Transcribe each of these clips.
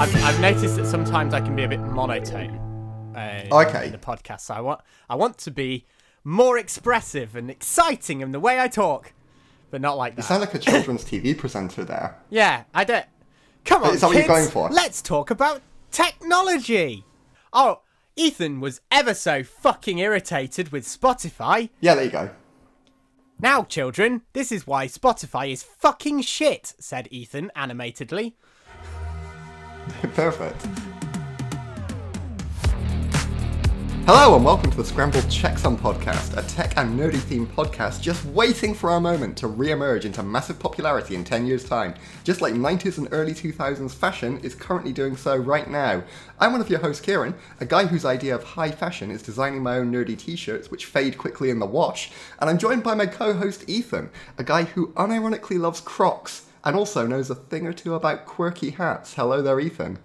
I've, I've noticed that sometimes I can be a bit monotone. Uh, Okay. In the podcast, so I want I want to be more expressive and exciting in the way I talk, but not like that. You sound like a children's TV presenter there. Yeah, I don't. Come on, Is that what you're kids, going for? Let's talk about technology. Oh, Ethan was ever so fucking irritated with Spotify. Yeah, there you go. Now, children, this is why Spotify is fucking shit," said Ethan animatedly. Perfect. Hello and welcome to the Scrambled Checksum podcast, a tech and nerdy themed podcast just waiting for our moment to re-emerge into massive popularity in 10 years' time, just like 90s and early 2000s fashion is currently doing so right now. I'm one of your hosts, Kieran, a guy whose idea of high fashion is designing my own nerdy t-shirts which fade quickly in the wash, and I'm joined by my co-host Ethan, a guy who unironically loves Crocs and also knows a thing or two about quirky hats. Hello there, Ethan.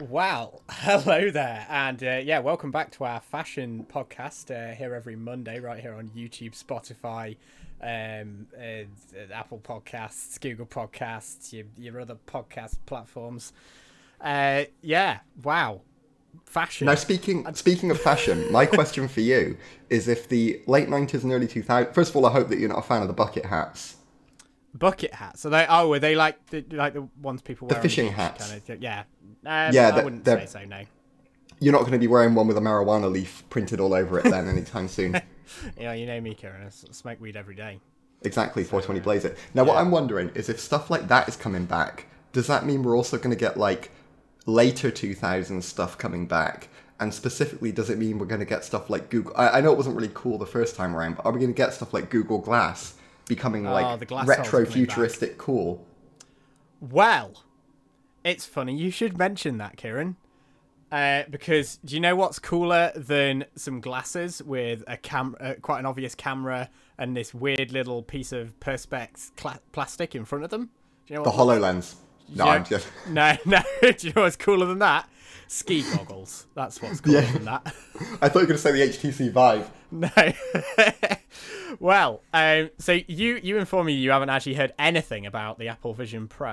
Wow, hello there, and uh, yeah, welcome back to our fashion podcast uh, here every Monday, right here on YouTube, Spotify, um, uh, Apple Podcasts, Google Podcasts, your, your other podcast platforms. Uh, yeah, wow, fashion. Now, speaking speaking of fashion, my question for you is: If the late nineties and early 2000s, first of all, I hope that you're not a fan of the bucket hats. Bucket hats. Are they? Oh, are they like the like the ones people wear? on fishing beach, hats. kinda? yeah. Um, Yeah, I they're- wouldn't say they're- so. No. You're not going to be wearing one with a marijuana leaf printed all over it then anytime soon. Yeah, you know me, Kieran. I s- smoke weed every day. Exactly, 420 blaze it. Now, what I'm wondering is if stuff like that is coming back, does that mean we're also going to get like later 2000s stuff coming back? And specifically, does it mean we're going to get stuff like Google? I, I know it wasn't really cool the first time around, but are we going to get stuff like Google Glass becoming like Ah, the glass hole's retro coming back. futuristic cool? Well, it's funny you should mention that, Kieran. Uh, because do you know what's cooler than some glasses with a cam, uh, quite an obvious camera, and this weird little piece of perspex cla- plastic in front of them? Do you know The what? HoloLens. No, Yeah. I'm just. No, no. do you know what's cooler than that? Ski goggles. That's what's cooler Yeah. than that. I thought you were going to say the HTC Vive. No. well, um, so you you inform me you haven't actually heard anything about the Apple Vision Pro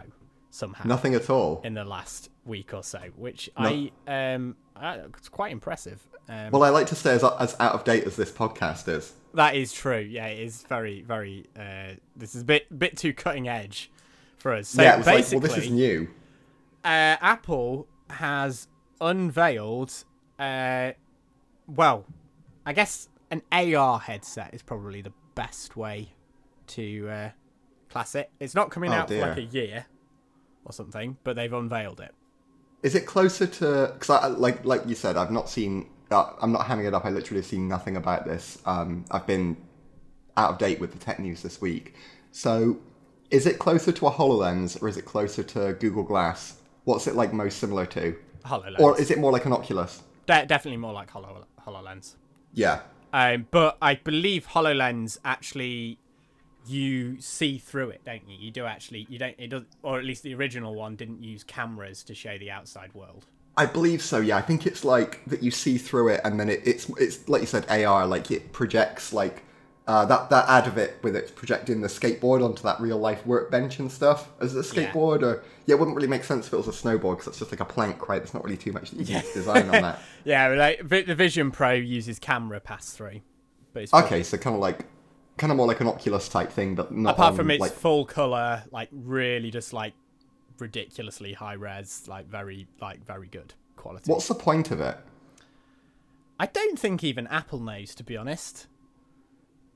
somehow Nothing at all. in the last week or so, which I um I, it's quite impressive. Um, Well, I like to stay as, as out of date as this podcast is. that is true. Yeah, it is very very. Uh, this is a bit bit too cutting edge for us. So yeah, it was like, basically, well, this is new. uh, Apple has unveiled, uh, well, I guess an AR headset is probably the best way to uh, class it. It's not coming Oh, out for like a dear. year or something, but they've unveiled it. Is it closer to because I, like like you said, I've not seen. Uh, I'm not hamming it up. I literally have seen nothing about this. Um, I've been out of date with the tech news this week. So, is it closer to a Hololens or is it closer to Google Glass? What's it like most similar to, HoloLens. or is it more like an Oculus? De- definitely more like Holo- HoloLens. Yeah. Um, but I believe HoloLens actually you see through it, don't you? You do actually you don't it does or at least the original one didn't use cameras to show the outside world. I believe so. Yeah, I think it's like that. You see through it, and then it, it's it's like you said, AR. Like it projects like uh, that that ad of it with it projecting the skateboard onto that real life workbench and stuff. Is it a Yeah. skateboard or yeah? It wouldn't really make sense if it was a snowboard because it's just like a plank, right? There's not really too much that you can design on that. Yeah, like Vi- the Vision Pro uses camera pass through, but it's Okay, so kind of like kind of more like an Oculus type thing, but not apart on, from its like full color, like really just like ridiculously high res, like very like very good quality. what's the point of it? I don't think even Apple knows, to be honest.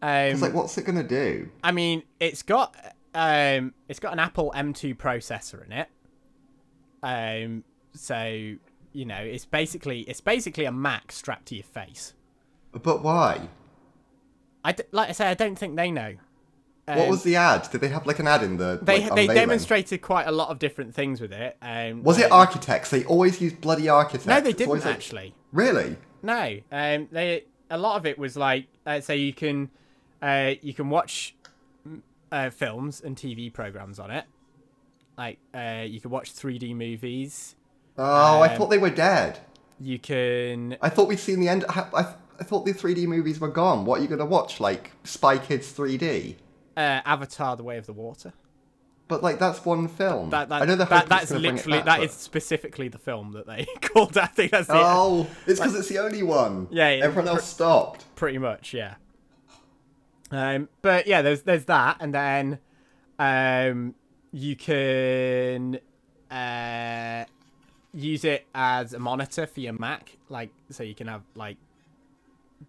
It's Um, like what's it gonna do? I mean, it's got um, it's got an Apple M2 processor in it. Um, so you know, it's basically it's basically a Mac strapped to your face. But why? I d- like I say, I don't think they know. What was the ad? Did they have like an ad in Um, the They like, they unveiling? demonstrated quite a lot of different things with it. Um, Was it um, architects? They always use bloody architects. No, they It's always didn't like- actually. Really? No, um, they a lot of it was like uh, so you can uh, you can watch mm, uh, films and TV programs on it. Like uh, you can watch 3D movies. Oh, Um, I thought they were dead. You can I thought we'd seen the end. I, I, I thought the 3D movies were gone. What are you going to watch? Like Spy Kids 3D? uh, Avatar: The Way of the Water. But like that's one film. That, that, I know they're that, hoping it's that's gonna bring it literally back, that but- is specifically the film that they called. I think that's it. Oh, it's because it's the only one. Yeah, yeah. Everyone else stopped. pretty much yeah um but yeah there's there's that and then um you can uh use it as a monitor for your mac like so you can have like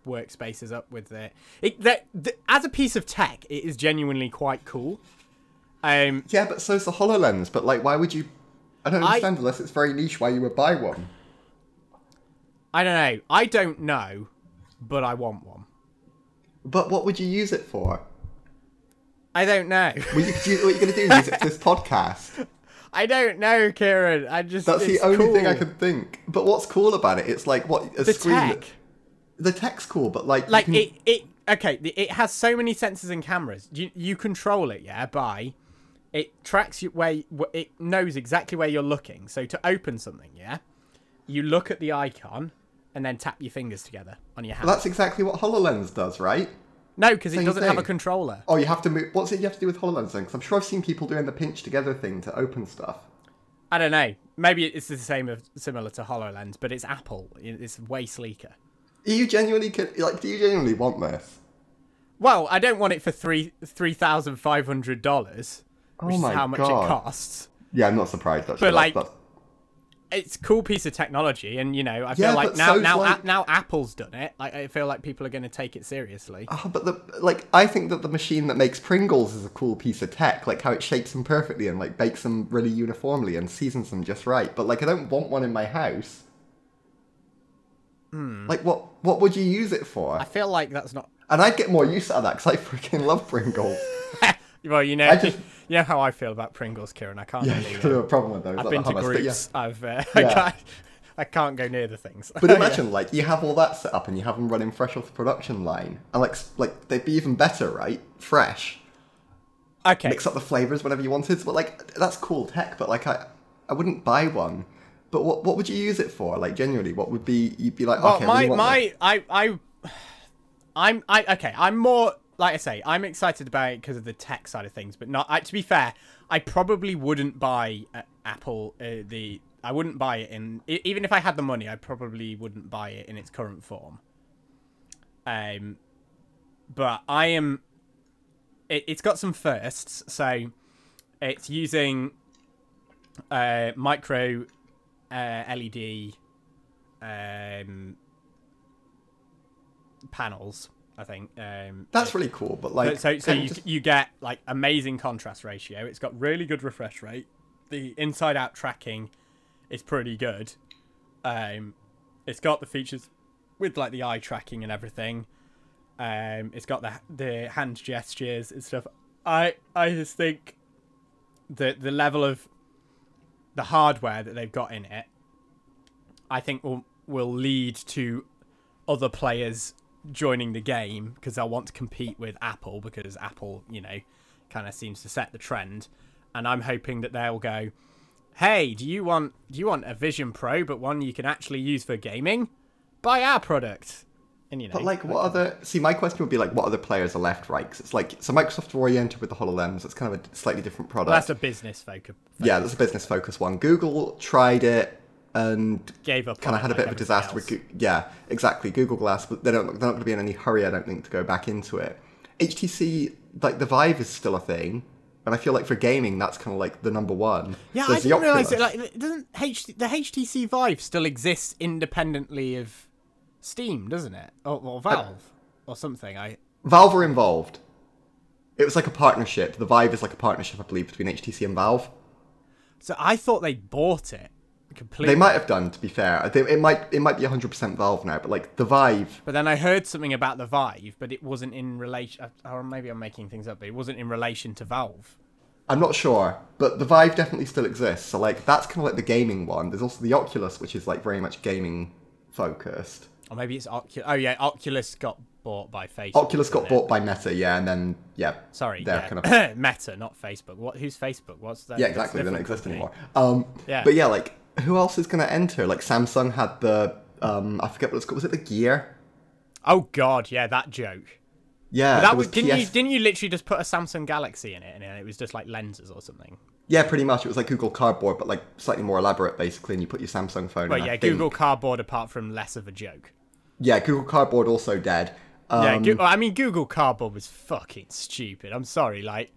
workspaces up with it, it that, th- as a piece of tech it is genuinely quite cool um Yeah, but so's the Hololens. But like, why would you? I don't I- understand unless it's very niche why you would buy one. i don't know i don't know but i want one But what would you use it for? i don't know Well, you could use, what you're going to do is use it for this podcast. i don't know kieran i just That's the it's only thing I cool. can think. But what's cool about it? It's like what a the screen. tech The tech's cool, but like, you like can- it, it okay the- it has so many sensors and cameras you, you control it yeah by it tracks you where wh- it knows exactly where you're looking so to open something yeah you look at the icon and then tap your fingers together on your hand That's exactly what Hololens does, right? no because it same doesn't have a thing. controller Oh, you have to move. What's it you have to do with Hololens then? 'Cause I'm sure I've seen people doing the pinch together thing to open stuff. i don't know maybe it's the same of similar to hololens but it's apple It- it's way sleeker Are you genuinely co- like? Do you genuinely want this? well i don't want it for three three thousand five hundred dollars which Oh my is how much God. it costs Yeah, I'm not surprised. Actually, But, like, That's- that's- it's a cool piece of technology and you know i feel Yeah, like but now so's now like- A- now apple's done it like i feel like people are going to take it seriously Ah, but the like, I think that the machine that makes Pringles is a cool piece of tech. Like how it shapes them perfectly and like bakes them really uniformly and seasons them just right. But like, I don't want one in my house. Like, what what would you use it for? Hmm. i feel like that's not And I'd get more use out of that because I freaking love Pringles. well you know I just- you know how i feel about pringles kieran i can't yeah, really you have a problem with those. i've like been the to hummus, but yeah. groups i've uh, Yeah. I, can't, I can't go near the things But imagine, like, you have all that set up and you have them running fresh off the production line. And, like, s- like they'd be even better, right? Fresh. okay Mix up the flavours whenever you wanted. But, like, that's cool tech, but, like, I, I wouldn't buy one. But what, what would you use it for? Like, genuinely, what would be, you'd be like, well okay, I my really want that. my i i i'm i okay i'm more like i say i'm excited about it because of the tech side of things but not I, to be fair i probably wouldn't buy uh, apple uh, the i wouldn't buy it in e- even if i had the money i probably wouldn't buy it in its current form um but i am it, it's got some firsts so it's using uh micro uh led um, panels. I think um, That's really cool, but, like, so. So can you, just- you get like amazing contrast ratio. It's got really good refresh rate. The inside out tracking is pretty good. Um, it's got the features with like the eye tracking and everything. Um, it's got the the hand gestures and stuff. I I just think the the level of the hardware that they've got in it, I think will will lead to other players joining the game because they'll want to compete with Apple because Apple, you know, kind of seems to set the trend. And I'm hoping that they'll go, "Hey, do you want do you want a Vision Pro, but one you can actually use for gaming? Buy our product." And you know, But like, what other? See, my question would be like, what other players are left, right? 'Cause it's like, so Microsoft were oriented with the Hololens. It's kind of a slightly different product. that's a business focus. yeah, that's a business focused one. Google tried it and Gave up. kind on it of had a like bit of a everything disaster else. with Goo- yeah exactly Google Glass but they don't they're not going to be in any hurry I don't think to go back into it HTC like the Vive is still a thing and I feel like for gaming that's kind of like the number one Yeah, I There's the didn't realize Oculus. it. Like, it doesn't H- the HTC Vive still exists independently of Steam, doesn't it? Or, or Valve or something? I Valve are involved it was like a partnership the Vive is like a partnership I believe between HTC and Valve so I thought they bought it completely. they might have done to be fair I think it might it might be 100% Valve now but like the Vive But then I heard something about the Vive, but it wasn't in relation. uh, Or maybe I'm making things up, but it wasn't in relation to Valve. I'm not sure, but the Vive definitely still exists. So like that's kind of like the gaming one. There's also the Oculus, which is like very much gaming focused. Or maybe it's Oculus. Oh yeah, Oculus got bought by Facebook. Oculus got didn't it? bought by Meta, yeah, and then yeah, Sorry, they're yeah. kind of Meta, not Facebook. What? Who's Facebook? What's that? yeah, exactly. They don't exist company. anymore. Um, Yeah. but yeah, like who else is gonna enter? Like Samsung had the um, I forget what it's called. Was it the Gear? Oh God, yeah, that joke. Yeah, But there that was was, didn't you PS didn't you literally just put a Samsung Galaxy in it and it was just like lenses or something? Yeah, pretty much. It was like Google Cardboard, but like slightly more elaborate, basically. And you put your Samsung phone. Well, in, I yeah, think. Google Cardboard apart from less of a joke. Yeah, Google Cardboard also dead. Um, Yeah, Goo- I mean Google Cardboard was fucking stupid. I'm sorry, like,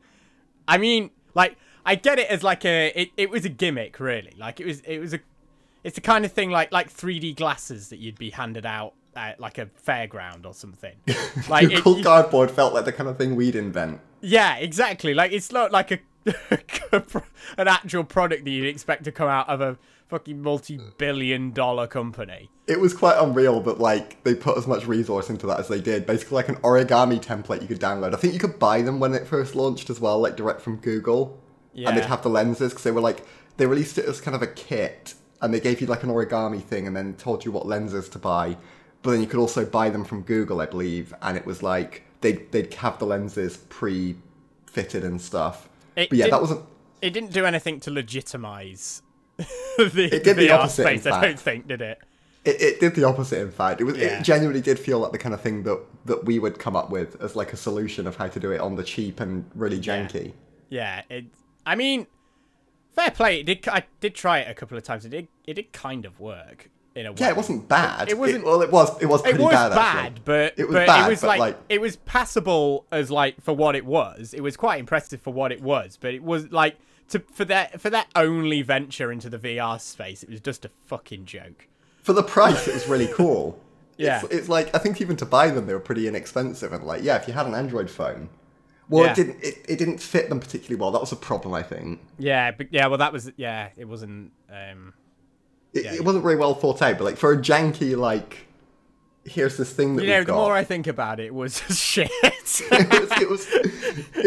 I mean, like, I get it as like a, it, it was a gimmick, really. Like, it was, it was a, it's the kind of thing like like 3D glasses that you'd be handed out at like a fairground or something. Like, it- Google you- Cardboard felt like the kind of thing we'd invent. yeah, exactly. Like, it's not like a, a pro- an actual product that you'd expect to come out of a fucking multi-billion-dollar company. It was quite unreal that like they put as much resource into that as they did. Basically, like an origami template you could download. I think you could buy them when it first launched as well, like direct from Google. And they'd Yeah. have the lenses because they were like they released it as kind of a kit, and they gave you like an origami thing, and then told you what lenses to buy. But then you could also buy them from Google, I believe, and it was like they'd they'd have the lenses pre-fitted and stuff. It but yeah, that didn't- wasn't It didn't do anything to legitimize the, It did the VR opposite, in space. I don't fact. think did it. It, it did the opposite, in fact. It, was, Yeah. it genuinely did feel like the kind of thing that, that we would come up with as like a solution of how to do it on the cheap and really janky. Yeah, it. I mean, fair play. It did. I did try it a couple of times. It did. It did kind of work in a way. Yeah, it wasn't bad. It- it wasn't- well, it was. It was It pretty was bad. bad, actually. but it was but bad, it was but like, like it was passable as like for what it was. It was quite impressive for what it was, but it was like to for that for that only venture into the VR space. It was just a fucking joke. for the price, it was really cool. Yeah. it's, it's like I think even to buy them, they were pretty inexpensive. And like, yeah, if you had an Android phone, well, Yeah. it didn't. It, it didn't fit them particularly well. That was a problem, I think. Yeah, but yeah, well, that was yeah. It wasn't. um It, Yeah. it wasn't very well thought out. But like for a janky, like here's this thing that You we've know, the got. more I think about it, it was just shit. it, was, it was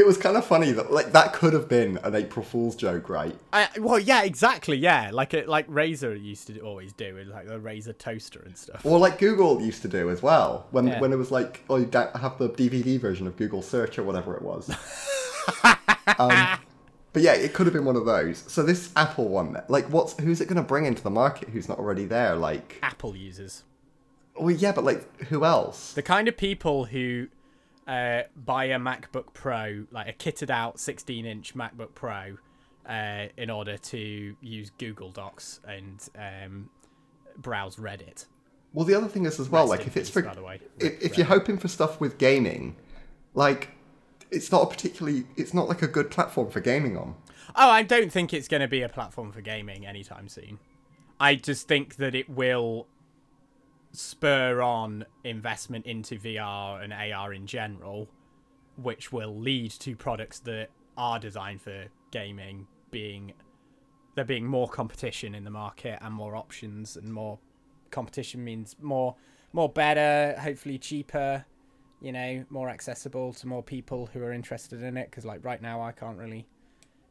it was kind of funny that like that could have been an April Fool's joke, right? I, well, yeah, exactly, yeah. Like it, like Razor used to always do with like the Razor toaster and stuff. Or like Google used to do as well when Yeah. when it was like oh you don't have the DVD version of Google Search or whatever it was. um, but yeah, it could have been one of those. So this Apple one, like, what's who's it going to bring into the market who's not already there? Like, Apple users, well, yeah, but like, who else? the kind of people who uh, buy a MacBook Pro, like a kitted out 16 inch MacBook Pro, uh, in order to use Google Docs and um, browse Reddit. Well, the other thing is as well, Rest Oh, like, in if it's peace, for by the way. if, if you're hoping for stuff with gaming, like, it's not a particularly, it's not like a good platform for gaming on. Oh, I don't think it's going to be a platform for gaming anytime soon. I just think that it will spur on investment into VR and AR in general, which will lead to products that are designed for gaming being there being more competition in the market and more options and more competition means more more better, hopefully cheaper, you know, more accessible to more people who are interested in it because like right now I can't really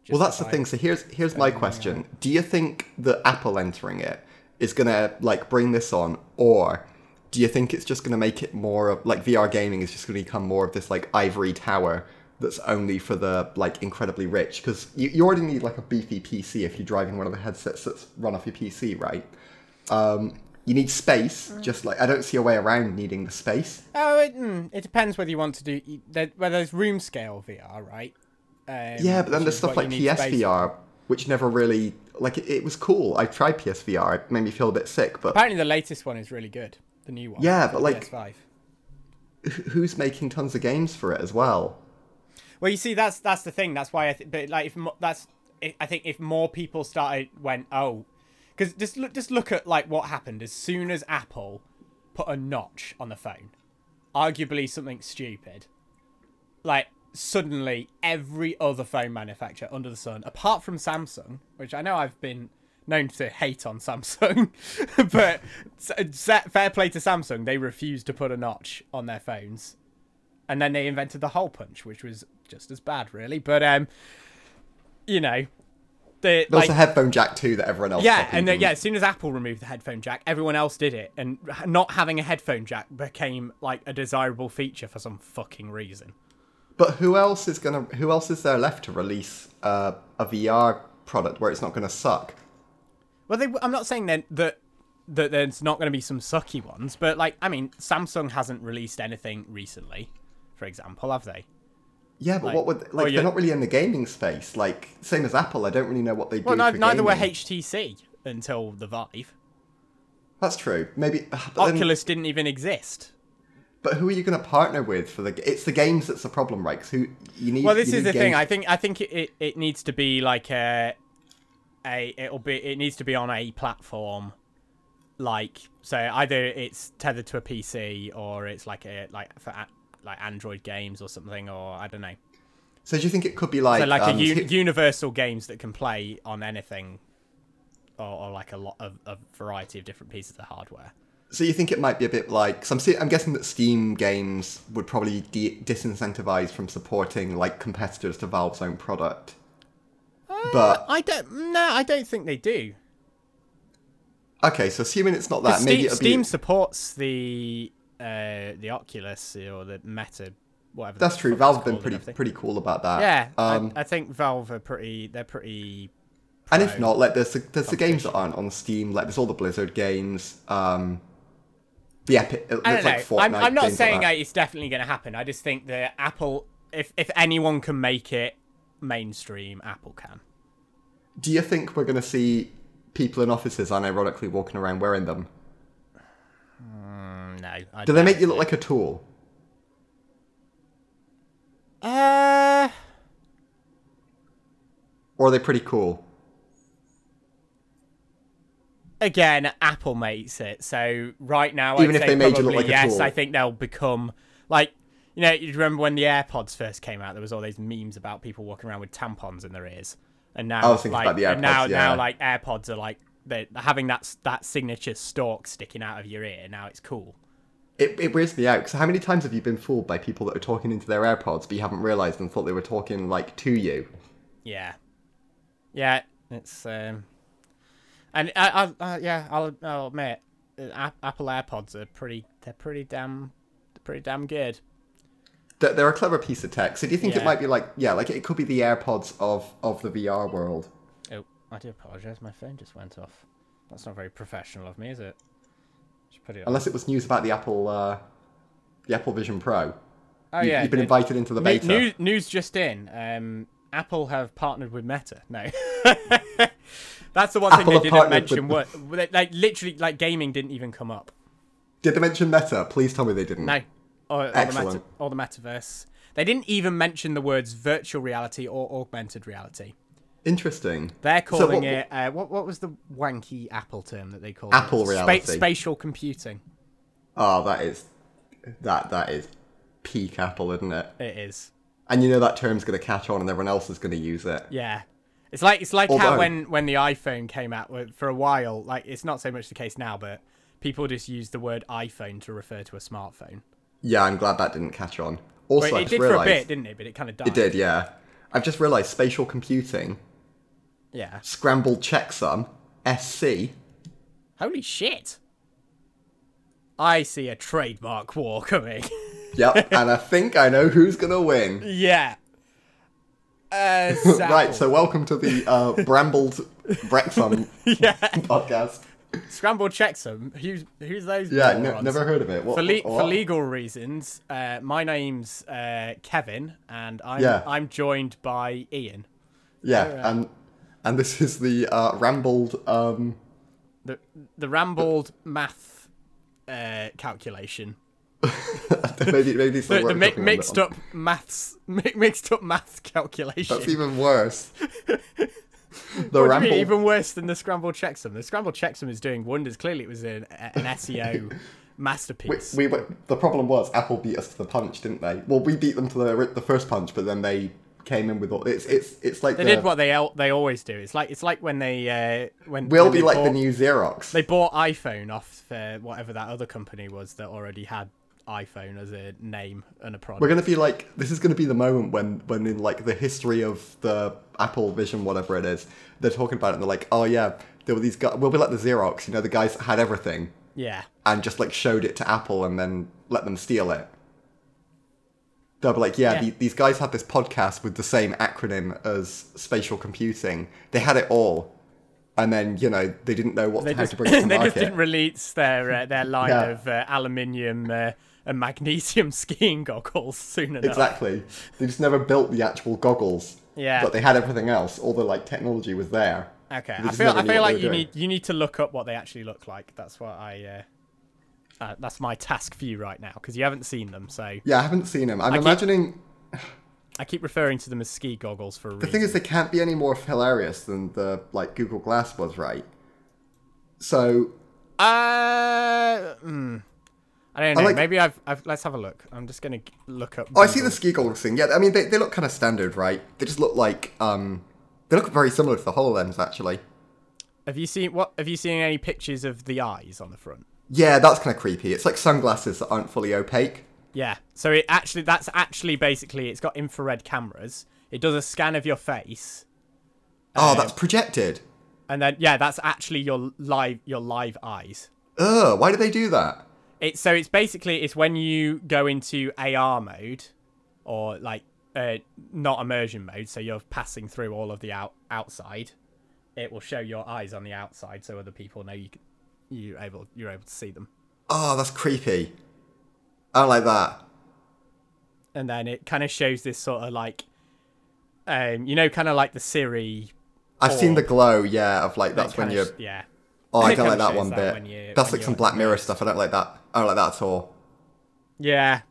Well, that's the justify- thing. So here's here's my question: Do you think that Apple entering it is gonna like bring this on, or do you think it's just gonna make it more of like VR gaming is just gonna become more of this like ivory tower that's only for the like incredibly rich? Because you, you already need like a beefy PC if you're driving one of the headsets that's run off your PC, right? Um, you need space. Just like I don't see a way around needing the space. Oh, it, mm, it depends whether you want to do you- there, well, there's room scale VR, right? Um, Yeah, which but then there's is stuff what you like need space- PSVR, which never really like it, it was cool. I tried PSVR; it made me feel a bit sick. But Apparently, the latest one is really good. The new one. Yeah, for but, the like- PS5. wh- who's making tons of games for it as well? Well, you see, that's that's the thing. That's why I think. But like, if mo- that's, I I think if more people started went, oh, because just look, just look at like what happened as soon as Apple put a notch on the phone, arguably something stupid. Like suddenly, every other phone manufacturer under the sun, apart from Samsung, which I know I've been known to hate on Samsung, but s- s- fair play to Samsung, they refused to put a notch on their phones and then they invented the hole punch, which was just as bad, really. But um, you know, the There like was a headphone jack too that everyone else. yeah, copied and then, yeah, as soon as Apple removed the headphone jack, everyone else did it, and not having a headphone jack became like a desirable feature for some fucking reason. But who else is gonna? Who else is there left to release uh, a VR product where it's not gonna suck? Well, they, I'm not saying that that that there's not going to be some sucky ones, but like I mean, Samsung hasn't released anything recently. for example, have they? Yeah, but Like- what would like? well, they're yeah. not really in the gaming space. Like same as Apple, I don't really know what they do. Well, neither, for neither were gaming. HTC until the Vive. That's true. Maybe but then- Oculus didn't even exist. But who are you going to partner with for the? g- It's the games that's the problem, right? 'Cause who you need. Well, this you is the need thing. games- I think I think it, it, it needs to be like a a it'll be it needs to be on a platform like so either it's tethered to a PC or it's like a like for a, like Android games or something or I don't know. so do you think it could be like So like um, a u- Ti- universal games that can play on anything or, or like a lot of a variety of different pieces of hardware. so you think it might be a bit like? Cause I'm see, I'm guessing that Steam games would probably de- disincentivize from supporting like competitors to Valve's own product. Uh, But I don't no, I don't think they do. okay, so assuming it's not that, maybe Steam, it'll Steam be supports the uh, the Oculus or the Meta, whatever. that's the true. fuck it's Valve's been called and pretty everything. pretty cool about that. Yeah, I- Um, I, think Valve are pretty. They're pretty. and if not, like there's the, there's the games that aren't on Steam. Like there's all the Blizzard games. Um, the Epic. I don't there's, like, know. I'm, Fortnite, I'm not games like saying that. that it's definitely going to happen. I just think that Apple, if if anyone can make it mainstream, Apple can. Do you think we're going to see people in offices unironically walking around wearing them? Mm, No. I Do they make you look like a tool? Uh, Or are they pretty cool? again, Apple makes it. So right now, I'd Even if say they made you look probably like a yes, tool. I think they'll become like you know. You remember when the AirPods first came out? There was all these memes about people walking around with tampons in their ears, and now Oh, I was thinking like about the and now AirPods, yeah. now like AirPods are like they're having that s- that signature stalk sticking out of your ear. Now it's cool. It, it weirds me out because how many times have you been fooled by people that are talking into their AirPods but you haven't realised and thought they were talking like to you? Yeah, yeah. It's um, and I, I, I yeah, I'll, I'll admit, uh, Ap- Apple AirPods are pretty. They're pretty damn, pretty damn good. They're, they're a clever piece of tech. So do you think it Yeah. might be like yeah, like it could be the AirPods of of the VR world? Oh, I do apologise. My phone just went off. That's not very professional of me, is it? Should put it on. Unless it was news about the Apple uh, the Apple Vision Pro. Oh you, yeah, you've been no- invited into the no- beta. News, news just in. Um, Apple have partnered with Meta. No, that's the one Apple thing have they didn't partnered mention. What with- like, like literally, like gaming didn't even come up. Did they mention Meta? Please tell me they didn't. No, or, or the meta, Excellent. or the metaverse. They didn't even mention the words virtual reality or augmented reality. Interesting. They're So calling what- it uh, what? What was the wanky Apple term that they called Apple it? reality. spatial computing. Oh, that is that that is peak Apple, isn't it? It is. And you know that term's going to catch on, and everyone else is going to use it. Yeah. It's like it's like Although- how when when the iPhone came out wh- for a while, like it's not so much the case now, but people just use the word iPhone to refer to a smartphone. Yeah, I'm glad that didn't catch on. Also, But I it just did for a realized bit, didn't it? But it kind of died. it did. Yeah, I've just realized spatial computing, Yeah. scrambled checksum, SC. Holy shit! I see a trademark war coming. Yep, and I think I know who's going to win. yeah. Uh, Right, Zapple. so welcome to the uh, Brambled Brexum yeah, podcast. scramble checksum. Who's who's those? Yeah, n- morons? never Oh, heard of it. What, for, le- what- for legal reasons, uh, my name's uh, Kevin, and I'm Yeah. I'm joined by Ian. Yeah, and and this is the uh, Rambled um, The the rambled math uh, calculation, maybe maybe it's the, word the I'm mi- talking about. mixed up maths, mi- mixed up maths calculation. That's even worse. The What do you mean, ramble. even worse than the scramble checksum. The scramble checksum is doing wonders. Clearly, it was an, an SEO masterpiece. We were, the problem was Apple beat us to the punch, didn't they? Well, we beat them to the the first punch, but then they came in with all. It's it's it's like they the, did what they al- they always do. It's like it's like when they uh, when will when be they like bought- the new Xerox. they bought iPhone off for whatever that other company was that already had iPhone as a name and a product. we're gonna be like this is gonna be the moment when when in like the history of the Apple Vision whatever it is, they're talking about it and they're like, oh yeah, there were these guys. We'll be like the Xerox, you know, the guys that had everything yeah, and just like showed it to Apple and then let them steal it. They'll be like, yeah, Yeah. The, these guys had this podcast with the same acronym as spatial computing. They had it all, and then you know they didn't know what they how just to bring it to they just market. didn't release their uh, their line Yeah. of uh, aluminium uh, and magnesium skiing goggles soon enough. Exactly. They just never built the actual goggles. Yeah. But they had everything else. All the like technology was there. Okay, They I just feel never I knew feel what like they were you doing. need you need to look up what they actually look like. That's what I. Uh, uh, that's my task for you right now because you haven't seen them. So Yeah, I haven't seen them. I'm keep- imagining I keep referring to them as ski goggles for a The thing reason. is, they can't be any more hilarious than the like Google Glass was, right? So uh, hmm. I don't know. like- Maybe I've, I've. Let's have a look. I'm just gonna g- look up. Oh, I see the ski goggles thing. Yeah, I mean, they, they look kind of standard, right? They just look like, um, they look very similar to the HoloLens, actually. Have you seen what? Have you seen any pictures of the eyes on the front? Yeah, that's kind of creepy. It's like sunglasses that aren't fully opaque. Yeah. So it actually that's actually basically it's got infrared cameras. It does a scan of your face, Oh, that's projected. and then yeah, that's actually your live your live eyes. Ugh, why do they do that? It's so it's basically it's when you go into AR mode, or like uh, not immersion mode, so you're passing through all of the out outside. It will show your eyes on the outside, so other people know you c- you able you're able to see them. Oh, that's creepy. I don't like that. and then it kind of shows this sort of like um you know kind of like the siri I've seen Or- the glow, yeah, of like that's when kinda you're. sh- yeah Oh, I it don't like kinda that shows one that bit. when you- that's when like some you're Black Mirror stuff. I don't like that. I don't like that at all. yeah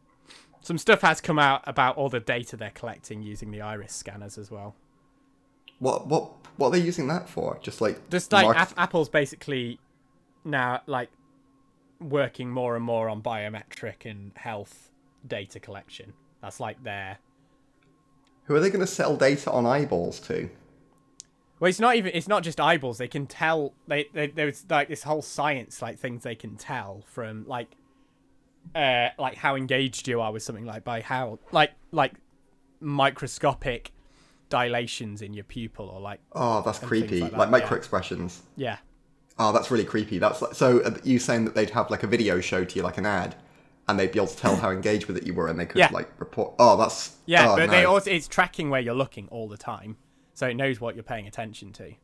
some stuff has come out about all the data they're collecting using the iris scanners as well What what what are they using that for? Just like just like mark- Ap- apple's basically now like working more and more on biometric and health data collection that's like their who are they going to sell data on eyeballs to? Well, it's not even. It's not just eyeballs. They can tell. They, they there's like this whole science, like things they can tell from like, uh, like how engaged you are with something, like by how like like microscopic dilations in your pupil or like Oh, that's creepy. like Like, that, yeah. micro expressions. yeah Oh, that's really creepy. That's like, so uh, you saying that they'd have like a video show to you, like an ad, and they'd be able to tell how engaged with it you were, and they could Yeah. like report. Oh, that's yeah. Oh, but they no. also it's tracking where you're looking all the time, so it knows what you're paying attention to.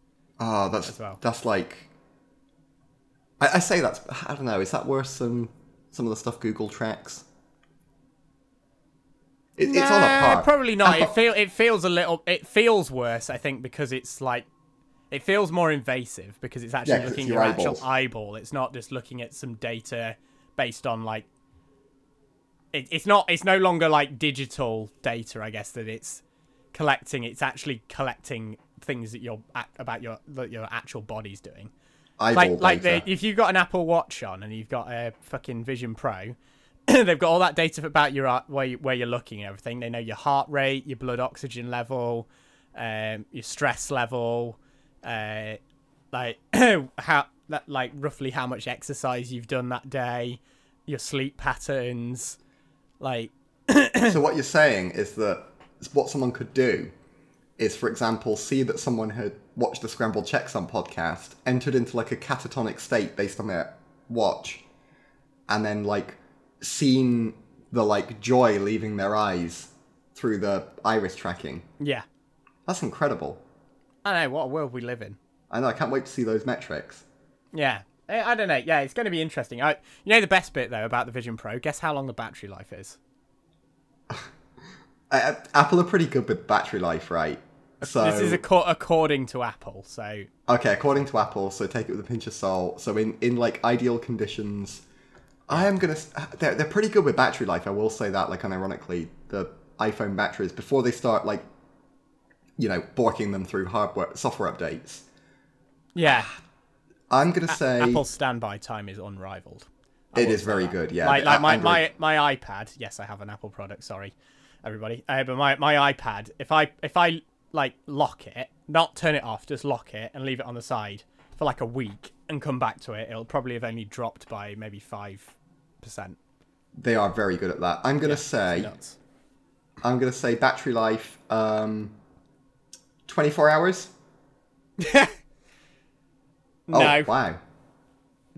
Oh, that's well. that's like. I, I say that's. I don't know. Is that worse than some of the stuff Google tracks? It, it's on a Nah, par. Probably not. It Apple- feel it feels a little. It feels worse, I think, because it's like it feels more invasive because it's actually 'cause it's looking at your your, eyeballs. actual eyeball. It's not just looking at some data based on like. It, it's not. It's no longer like digital data. I guess that it's collecting. It's actually collecting things that your ac- about your that your actual body's doing eyeball like like data. the, if you've got an Apple Watch on and you've got a fucking Vision Pro, they've got all that data about your eye- where you, where you're looking and everything. They know your heart rate, your blood oxygen level, um, your stress level, uh, like how that, like roughly how much exercise you've done that day, your sleep patterns, like So what you're saying is that what someone could do is, for example, see that someone had watched the Scrambled Checksum podcast, entered into like a catatonic state based on their watch, and then like seen the like joy leaving their eyes through the iris tracking. yeah. That's incredible. I know what a world we live in. I know. I can't wait to see those metrics. Yeah. I I don't know. Yeah, it's going to be interesting. I, you know the best bit though about the Vision Pro. Guess how long the battery life is? Uh, Apple are pretty good with battery life, right? So This is acco- according to Apple, so Okay, according to Apple, so take it with a pinch of salt. So in, in like ideal conditions, I am gonna. s- They're they're pretty good with battery life. I will say that. Like unironically, the iPhone batteries before they start like, you know, borking them through hardware software updates. yeah, Ah. I'm gonna say Apple's standby time is unrivaled. it is very good. Yeah, Like, the like A- my, Android- my my iPad. Yes, I have an Apple product. Sorry, everybody. Uh, but my my iPad. If I if I like lock it, not turn it off, just lock it and leave it on the side for like a week and come back to it, it'll probably have only dropped by maybe five percent. they are very good at that. I'm gonna say Nuts. I'm gonna say battery life, um, twenty four hours. no, Oh wow,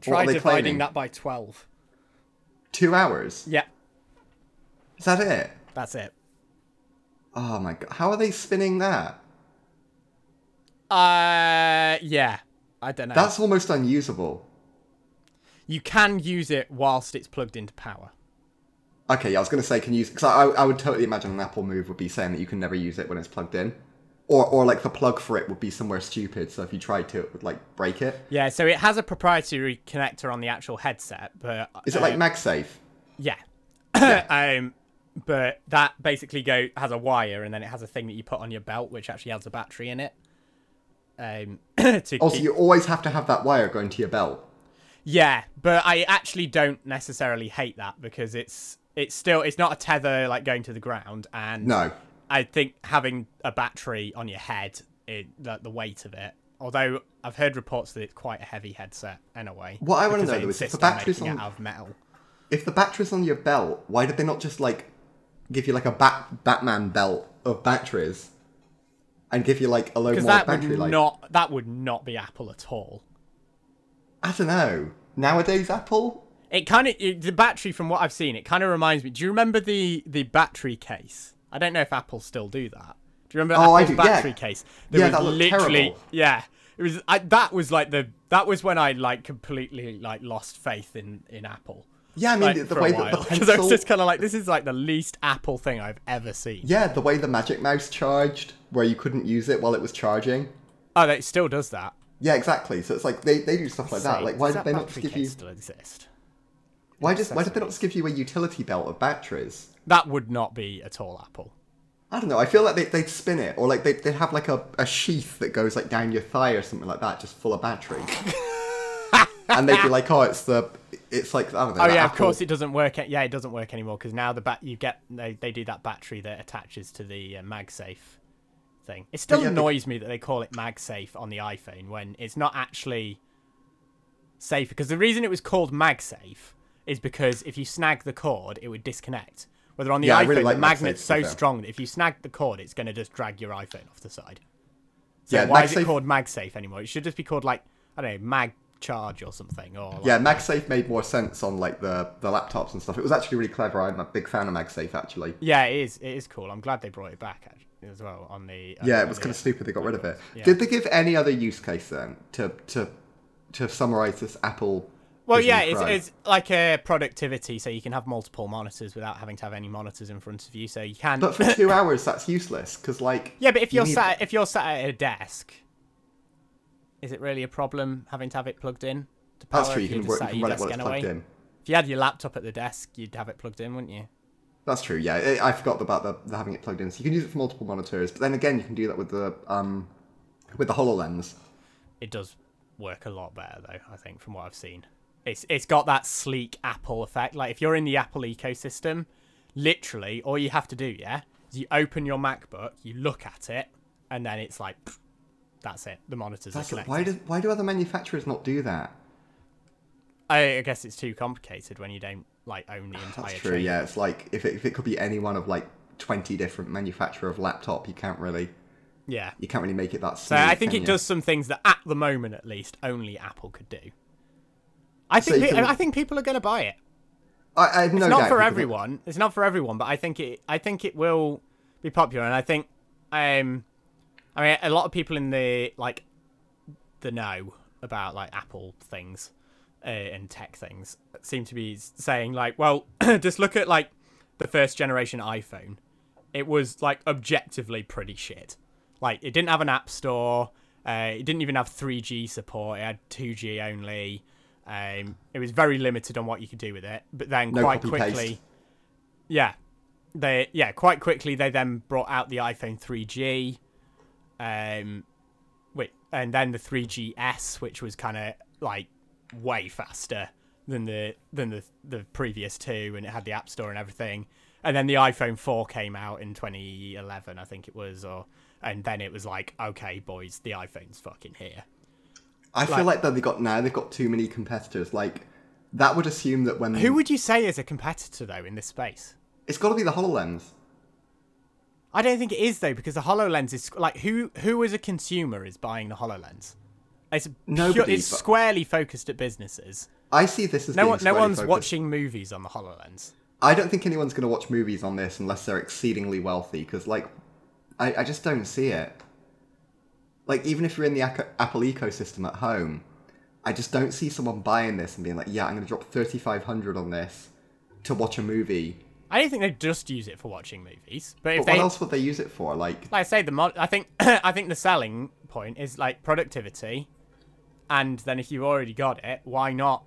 try are they dividing claiming? that by twelve. two hours. Yeah, Is that it? that's it. Oh my god, how are they spinning that? Uh, yeah. I don't know. That's almost unusable. You can use it whilst it's plugged into power. Okay, yeah, I was going to say can use because I, I would totally imagine an Apple move would be saying that you can never use it when it's plugged in, or or like the plug for it would be somewhere stupid. So if you tried to, it would like break it. Yeah, so it has a proprietary connector on the actual headset, but Is uh, it like MagSafe? Yeah. um, but that basically go has a wire, and then it has a thing that you put on your belt, which actually has a battery in it. Um, to Also, keep- you always have to have that wire going to your belt. yeah, but I actually don't necessarily hate that because it's it's still it's not a tether like going to the ground, and No, I think having a battery on your head, it, the, the weight of it. Although I've heard reports that it's quite a heavy headset anyway. What I wanna because know, they though, is if insist the on battery's making it on- out of metal. if the battery's on your belt, why did they not just like give you like a bat- Batman belt of batteries and give you like a load Because more that battery would life? not that would not be Apple at all. I don't know. Nowadays, Apple. It kind of the battery, from what I've seen, it kind of reminds me. Do you remember the the battery case? I don't know if Apple still do that. Do you remember Oh, I Apple's do, yeah. battery case? Yeah, that looked terrible. yeah. It was I, that was like the that was when I like completely like lost faith in in Apple. Yeah, I mean like, the, the for a way while. that 'Cause I the was pencil. just kind of like, this is like the least Apple thing I've ever seen. Yeah, the way the Magic Mouse charged, where you couldn't use it while it was charging. Oh, it still does that. Yeah, exactly. So it's like they, they do stuff like that. Say, Like why does that did they not just battery give case you still exist? why just why did they not just give you a utility belt of batteries? That would not be at all Apple. I don't know. I feel like they, they'd spin it, or like they, they'd have like a, a sheath that goes like down your thigh or something like that, just full of battery. and they'd be like, "Oh, it's the, it's like I don't know." Oh that yeah, of Apple- course it doesn't work. a- Yeah, it doesn't work anymore because now the bat you get they, they do that battery that attaches to the uh, MagSafe thing. It still yeah, but- annoys me that they call it MagSafe on the iPhone when it's not actually safe. Because the reason it was called MagSafe is because if you snag the cord, it would disconnect. Whether on the Yeah, I iPhone, really like the MagSafe magnet's so stuff, yeah. strong that if you snag the cord, it's going to just drag your iPhone off the side. So Yeah, why is it MagSafe- called MagSafe anymore? It should just be called like I don't know, Mag Charge or something. Or like, Yeah, MagSafe made more sense on like the the laptops and stuff. It was actually really clever. I'm a big fan of MagSafe actually. Yeah, it is. It is cool. I'm glad they brought it back act- as well on the. uh, Yeah, it was on kind of the- stupid they got rid of it. Did they give any other use case then to to to summarize this Apple? Well, vision yeah, it's, crime? it's like a productivity, so you can have multiple monitors without having to have any monitors in front of you. So you can. But for two hours, that's useless because like yeah, but if you you're need- sat if you're sat at a desk, is it really a problem having to have it plugged in? To power that's true. You if you're can, just work, you sat at can your run it desk when it's plugged anyway? in. If you had your laptop at the desk, you'd have it plugged in, wouldn't you? That's true. Yeah, I I forgot about the, the having it plugged in. So you can use it for multiple monitors, but then again, you can do that with the um, with the Hololens. It does work a lot better though. I think from what I've seen, it's it's got that sleek Apple effect. Like if you're in the Apple ecosystem, literally all you have to do, yeah, is you open your MacBook, you look at it, and then it's like, pfft, that's it. The monitors are That's connected. why do why do other manufacturers not do that? I, I guess it's too complicated when you don't like own the entire That's true. chain. Yeah, it's like if it, if it could be any one of like twenty different manufacturer of laptop, you can't really Yeah. you can't really make it that. So Smooth, I think can it you? does some things that, at the moment at least, only Apple could do. I So think you pe- can- I think people are going to buy it. I, I have no it's not doubt for because it- everyone. It's not for everyone, but I think it. I think it will be popular, and I think, um, I mean, a lot of people in the like, the know about like Apple things, uh, and tech things seem to be s- saying like, well, just look at like the first generation iPhone. It was like objectively pretty shit. Like it didn't have an app store. Uh, it didn't even have 3G support. It had 2G only. Um, it was very limited on what you could do with it. But then No quite copy paste. quickly, yeah, they yeah quite quickly they then brought out the iPhone 3G, um, wait, and then the 3GS, which was kind of like way faster than the than the the previous two, and it had the App Store and everything. And then the iPhone 4 came out in 2011, I think it was, or and then it was like, okay, boys, the iPhone's fucking here. I feel like that they got now they've got too many competitors. Like that would assume that when Who would you say is a competitor though in this space? it's got to be the Hololens. I don't think it is though because the Hololens is like who who as a consumer is buying the Hololens? It's pure, Nobody, it's but- squarely focused at businesses. I see this as No being one no squarely one's focused. watching movies on the Hololens. I don't think anyone's going to watch movies on this unless they're exceedingly wealthy, because, like, I, I just don't see it. Like, even if you're in the ac- Apple ecosystem at home, I just don't see someone buying this and being like, yeah, I'm going to drop 3500 on this to watch a movie I don't think they just use it for watching movies, but if But what they, else would they use it for? Like, like I say, the mod. I think I think the selling point is like productivity, and then if you've already got it, why not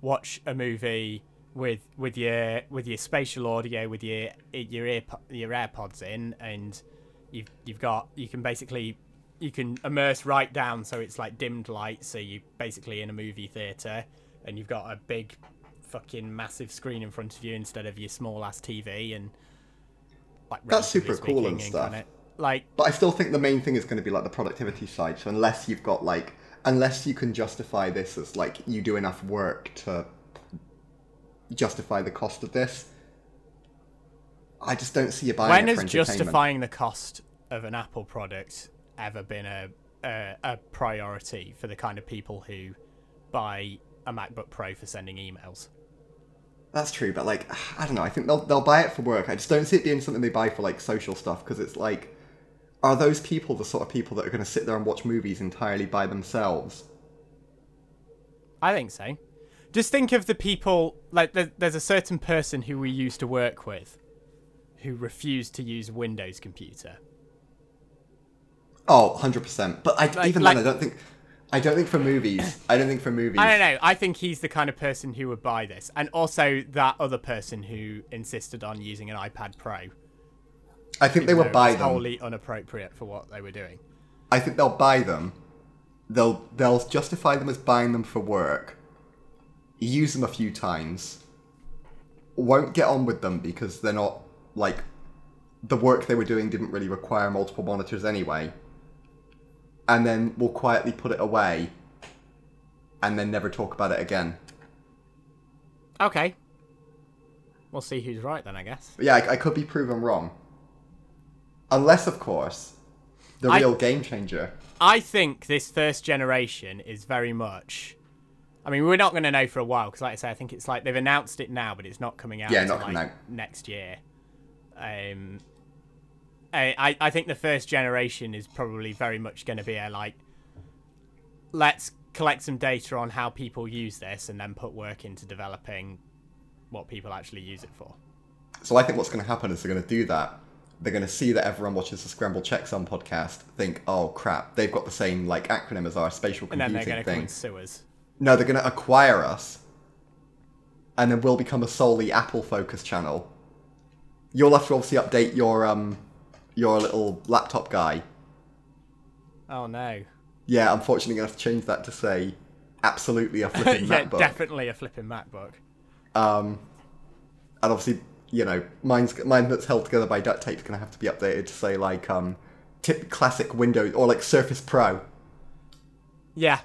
watch a movie with with your with your spatial audio, with your your ear your AirPods in, and you've you've got you can basically you can immerse right down, so it's like dimmed light, so you basically in a movie theater, and you've got a big fucking massive screen in front of you instead of your small ass TV and like That's relatively super cool and speaking, stuff. incarnate. Like but I still think the main thing is going to be like the productivity side. So unless you've got like, unless you can justify this as like you do enough work to justify the cost of this, I just don't see you buying when it for has entertainment. justifying the cost of an Apple product ever been a, a a priority for the kind of people who buy a MacBook Pro for sending emails? That's true, but like I don't know. I think they'll they'll buy it for work. I just don't see it being something they buy for like social stuff because it's like, are those people the sort of people that are going to sit there and watch movies entirely by themselves? I think so. Just think of the people like there, there's a certain person who we used to work with who refused to use a Windows computer. Oh, 100 percent. But I Like- even like- then, I don't think, I don't think for movies. I don't think for movies. I don't know. I think he's the kind of person who would buy this, and also that other person who insisted on using an iPad Pro. I think they though will it buy was them. Wholly inappropriate for what they were doing. I think they'll buy them. They'll they'll justify them as buying them for work. Use them a few times. Won't get on with them because they're not like the work they were doing didn't really require multiple monitors anyway. And then we'll quietly put it away and then never talk about it again. Okay. We'll see who's right then, I guess. But yeah, I, I could be proven wrong. Unless, of course, the I- real game changer. I think this first generation is very much. I mean, we're not going to know for a while because, like I say, I think it's like they've announced it now, but it's not coming out. Yeah, until, not coming like, out. next year. Um, I, I I think the first generation is probably very much going to be a like. Let's collect some data on how people use this, and then put work into developing what people actually use it for. So I think what's going to happen is they're going to do that. They're going to see that everyone watches the Scramble Checksum podcast, think, "Oh crap, they've got the same like acronym as our spatial And then computing they're going to come thing." and sue us. No, they're going to acquire us, and then we'll become a solely Apple-focused channel. You'll have to obviously update your um your little laptop guy. Oh no. Yeah, unfortunately, I'm going to have to change that to say absolutely a flipping yeah, MacBook. definitely a flipping MacBook. Um, and obviously, you know, mine's mine that's held together by duct tape's gonna have to be updated to say like um, tip classic Windows or like Surface Pro. Yeah.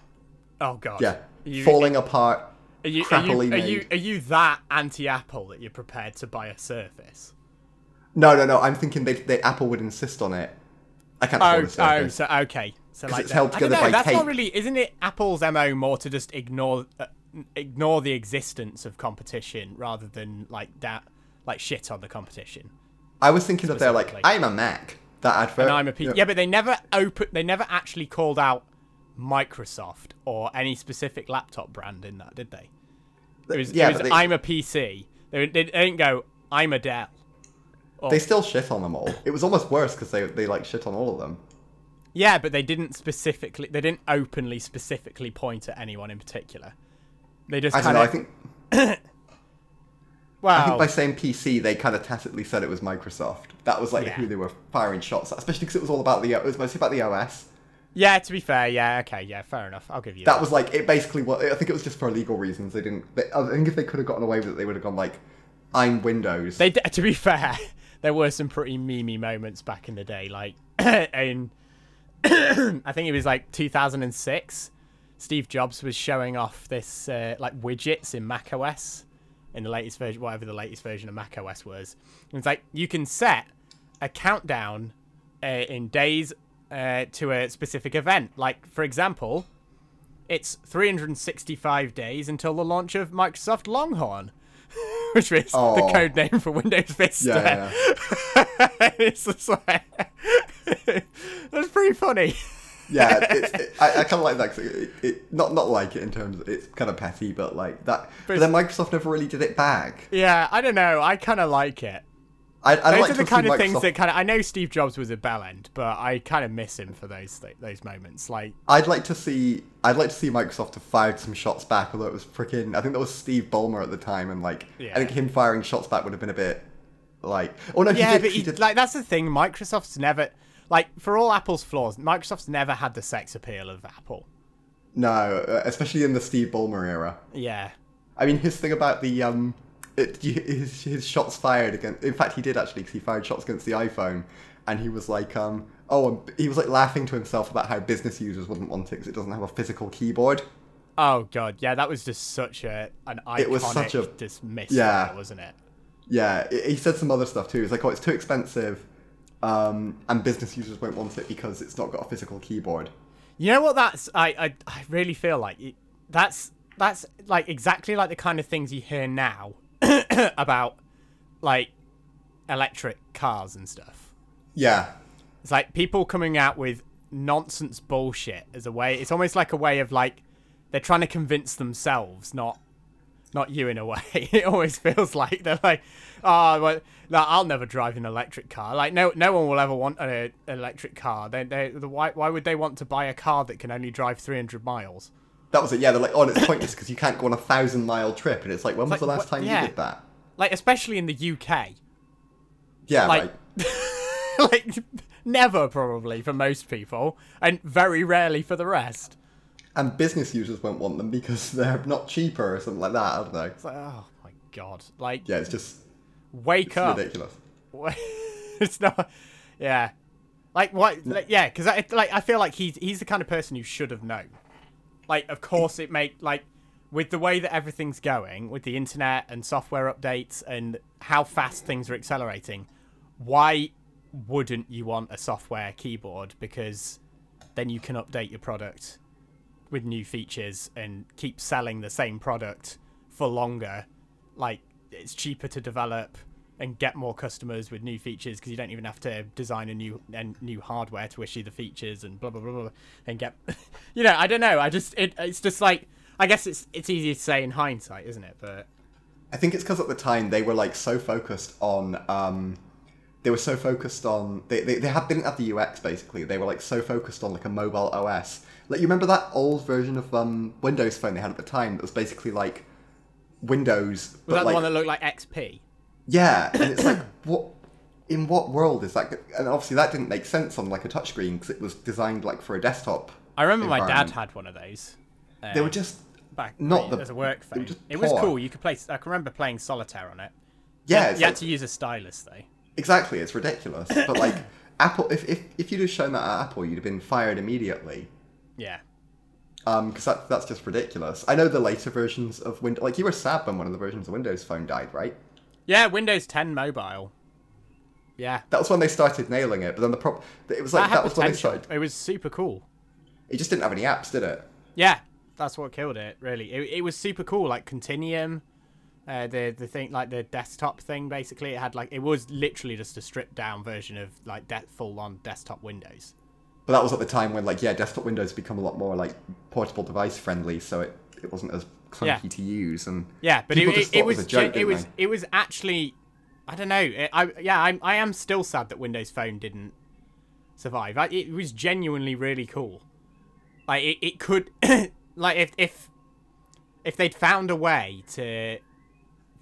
Oh god. Yeah, You- falling apart. Are you, are, you, crappily are you made. are you that anti-Apple that you're prepared to buy a Surface? No, no, no. I'm thinking they, they Apple would insist on it. I can't afford Oh, a oh, Surface. so okay. So like it's that- held I don't together know, by that's not tape. really isn't it Apple's MO more to just ignore uh, ignore the existence of competition rather than like that like shit on the competition. I was thinking that they're like, oh. specifically. I'm a Mac. That advert. And I'm a P- yeah. but they never open they never actually called out Microsoft or any specific laptop brand in that, did they? It was, yeah, it was but they- I'm a PC. They, they didn't go I'm a Dell. They still shit on them all. It was almost worse because they they like shit on all of them. Yeah, but they didn't specifically. They didn't openly specifically point at anyone in particular. They just I don't kind know. I of think I think well, by saying PC, they kind of tacitly said it was Microsoft. That was like Yeah. who they were firing shots at, especially because it was all about the it was mostly about the OS. yeah. To be fair, yeah, okay, yeah, fair enough. I'll give you that. That was like it basically. What I think it was just for legal reasons. They didn't. They, I think if they could have gotten away with it, they would have gone like, "I'm Windows." They d- to be fair, there were some pretty memey moments back in the day. Like in, I think it was like 2006. Steve Jobs was showing off this uh, like widgets in Mac OS in the latest version, whatever the latest version of Mac OS was. And it's like you can set a countdown uh, in days uh, to a specific event. Like for example, it's 365 days until the launch of Microsoft Longhorn, which was Oh. the code name for Windows Vista. Yeah, it's just like that's pretty funny. yeah, it's, it, I, I kind of like that. 'cause it, it, not not like it in terms of it's kind of petty, but like that. But, then Microsoft never really did it back. yeah, I don't know. I kind of like it. I, I Those like are to the see kind of Microsoft, things that kind of. I know Steve Jobs was a bell end, but I kind of miss him for those th- those moments. Like, I'd like to see. I'd like to see Microsoft have fired some shots back, although it was freaking. I think that was Steve Ballmer at the time, and like Yeah. I think him firing shots back would have been a bit like. Oh no, yeah, he did. but he he, did like that's the thing. Microsoft's never like for all Apple's flaws, Microsoft's never had the sex appeal of Apple. no, uh, especially in the Steve Ballmer era. Yeah, I mean, his thing about the um, it, you- his, his shots fired against. In fact, he did actually, because he fired shots against the iPhone, and he was like, um, oh, and he was like laughing to himself about how business users wouldn't want it because it doesn't have a physical keyboard. Oh god, yeah, that was just such a an iconic was such a- dismissal, yeah. wasn't it? Yeah, he he said some other stuff too. He's like, oh, it's too expensive, um, and business users won't want it because it's not got a physical keyboard. You know what? That's I I, I really feel like it, that's that's like exactly like the kind of things you hear now about like electric cars and stuff. Yeah, It's like people coming out with nonsense bullshit as a way. It's almost like a way of like they're trying to convince themselves, not not you in a way. It always feels like they're like, oh, well, no, I'll never drive an electric car. Like no, no one will ever want an uh, electric car. They, they, the, why, why would they want to buy a car that can only drive 300 miles? that was it. Yeah, they're like, oh, and it's pointless because you can't go on a thousand mile trip, and it's like, when was It's the like, last what- time yeah. you did that? Like especially in the UK, Yeah, like. right. like never probably for most people and very rarely for the rest And business users won't want them because they're not cheaper or something like that. I don't know. It's like, oh my god! Like, Yeah, it's just wake it's up! ridiculous. it's not. Yeah, like what? Like, yeah, because I like I feel like he's he's the kind of person you should have known. Like, of course, it make like with the way that everything's going with the internet and software updates and how fast things are accelerating. Why wouldn't you want a software keyboard? Because then you can update your product with new features and keep selling the same product for longer. Like it's cheaper to develop and get more customers with new features because you don't even have to design a new and new hardware to issue the features and blah blah blah, blah blah, and get you know I don't know I just it, it's just like I guess it's it's easy to say in hindsight isn't it but I think it's because at the time they were like so focused on um, they were so focused on they they, they had, didn't have the UX basically. They were like so focused on like a mobile OS. Like you remember that old version of um, Windows Phone they had at the time that was basically like Windows, was that like the one that looked like XP Yeah, and it's like what in what world is that? And obviously that didn't make sense on like a touchscreen because it was designed like for a desktop. I remember my dad environment. had one of those They were just back Not the- as a work they phone were just it was poor. cool you could play I can remember playing solitaire on it yeah. it's you like- had to use a stylus though Exactly, it's ridiculous. But like Apple, if, if if you'd have shown that at Apple, you'd have been fired immediately. yeah Um, because that that's just ridiculous. I know the later versions of Windows, like you were sad when one of the versions of Windows Phone died, right? Yeah, Windows 10 mobile. Yeah. That was when they started nailing it. But then the problem, it was like That that, had was when they potential. started. It was super cool. It just didn't have any apps, did it? Yeah, that's what killed it. Really, it, it was super cool. Like Continuum, uh, the the thing like the desktop thing. Basically, it had like it was literally just a stripped down version of like de- full on desktop Windows. But that was at the time when like yeah, desktop Windows become a lot more like portable device friendly, so it it wasn't as clunky Yeah. to use and Yeah, but it, people it, just it thought was it was a joke. gen- it didn't was they? it was actually I don't know. It, I yeah, I'm, I am still sad that Windows Phone didn't survive. I, it was genuinely really cool. Like it, it could like if if if they'd found a way to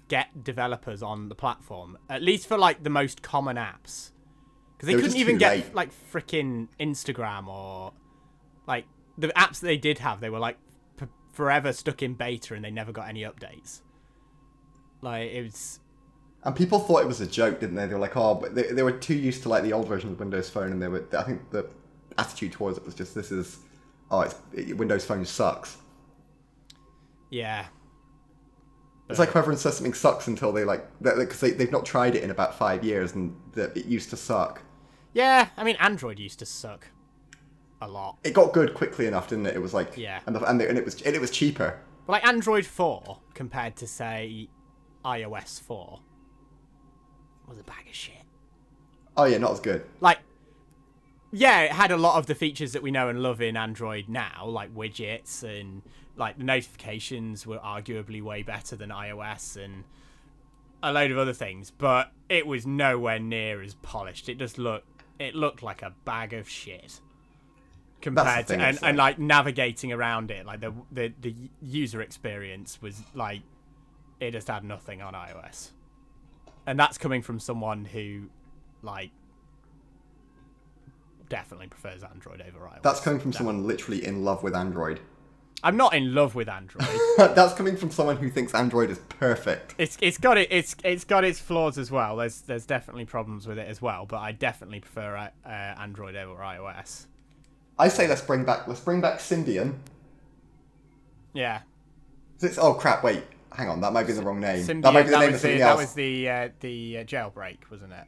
get developers on the platform at least for like the most common apps because they, were couldn't just even too get late. like freaking Instagram or like the apps that they did have they were like p- forever stuck in beta and they never got any updates like it was And people thought it was a joke, didn't they? They were like, oh, but they, they were too used to like the old version of Windows Phone, and they were. I think the attitude towards it was just, this is, oh, it's, it, Windows Phone sucks. yeah It's like whoever says something sucks until they like, because they, they've not tried it in about five years, and that it used to suck. yeah i mean android used to suck a lot It got good quickly enough, didn't it? It was like, Yeah. and the, and, the, and it was and it was cheaper. but like android 4 compared to say ios 4 was a bag of shit Oh yeah, not as good. like yeah, it had a lot of the features that we know and love in Android now, like widgets and like the notifications were arguably way better than iOS and a load of other things, but it was nowhere near as polished. It just looked it looked like a bag of shit compared to thing, and, it's and like navigating around it, like the the the user experience was like it just had nothing on iOS. And that's coming from someone who like definitely prefers Android over iOS. That's coming from someone literally in love with Android. I'm not in love with Android. That's coming from someone who thinks Android is perfect. it's it's got it it's it's got its flaws as well. There's there's definitely problems with it as well, but I definitely prefer uh, uh, Android over iOS. I say let's bring back let's bring back Symbian. Yeah. It's- oh crap! Wait, hang on. That might be the wrong name. Symbian- that might be the name of was the, something that else. was the uh, the uh, jailbreak, wasn't it?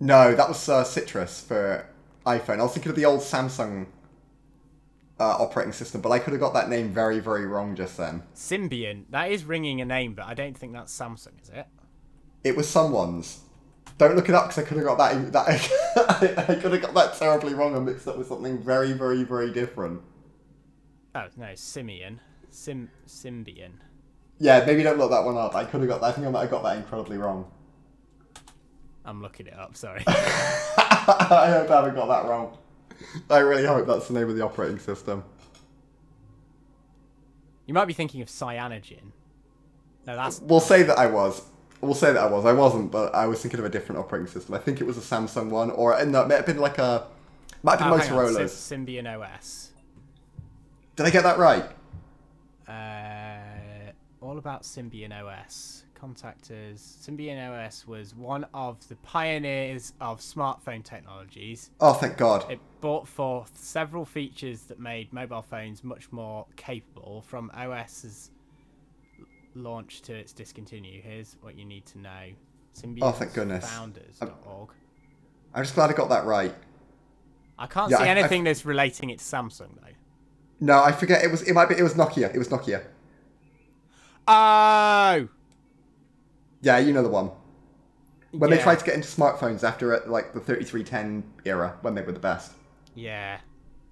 No, that was uh, Citrus for iPhone. I was thinking of the old Samsung uh, operating system, but I could have got that name very, very wrong just then. Symbian. That is ringing a name, but I don't think that's Samsung, is it? It was someone's. Don't look it up because I could have got that. e, that I, could have got that terribly wrong and mixed up with something very, very, very different. Oh no, Simeon. Sim Symbian. Yeah, maybe don't look that one up. I could have got that. I think I might have got that incredibly wrong. I'm looking it up. Sorry. I hope I haven't got that wrong. I really hope that's the name of the operating system. you might be thinking of cyanogen. No, that's We'll say that I was. We'll say that I was. I wasn't, but I was thinking of a different operating system. I think it was a Samsung one, or uh, no, it might have been like a, might have oh, been hang on, Motorola's. Sym- Symbian OS. Did I get that right? uh, all about Symbian OS. Contactors. Symbian OS was one of the pioneers of smartphone technologies. Oh, thank God. It brought forth several features that made mobile phones much more capable. From OS's launch to its discontinue, here's what you need to know. Symbian Oh, thank goodness. Um, founders.org. I'm just glad I got that right. I can't Yeah, see I- I- anything that's relating it to Samsung though. No, I forget. It was. It might be. It was Nokia. It was Nokia. Oh, Yeah, you know the one. When they Yeah. tried to get into smartphones after uh, like the 3310 era, when they were the best. yeah,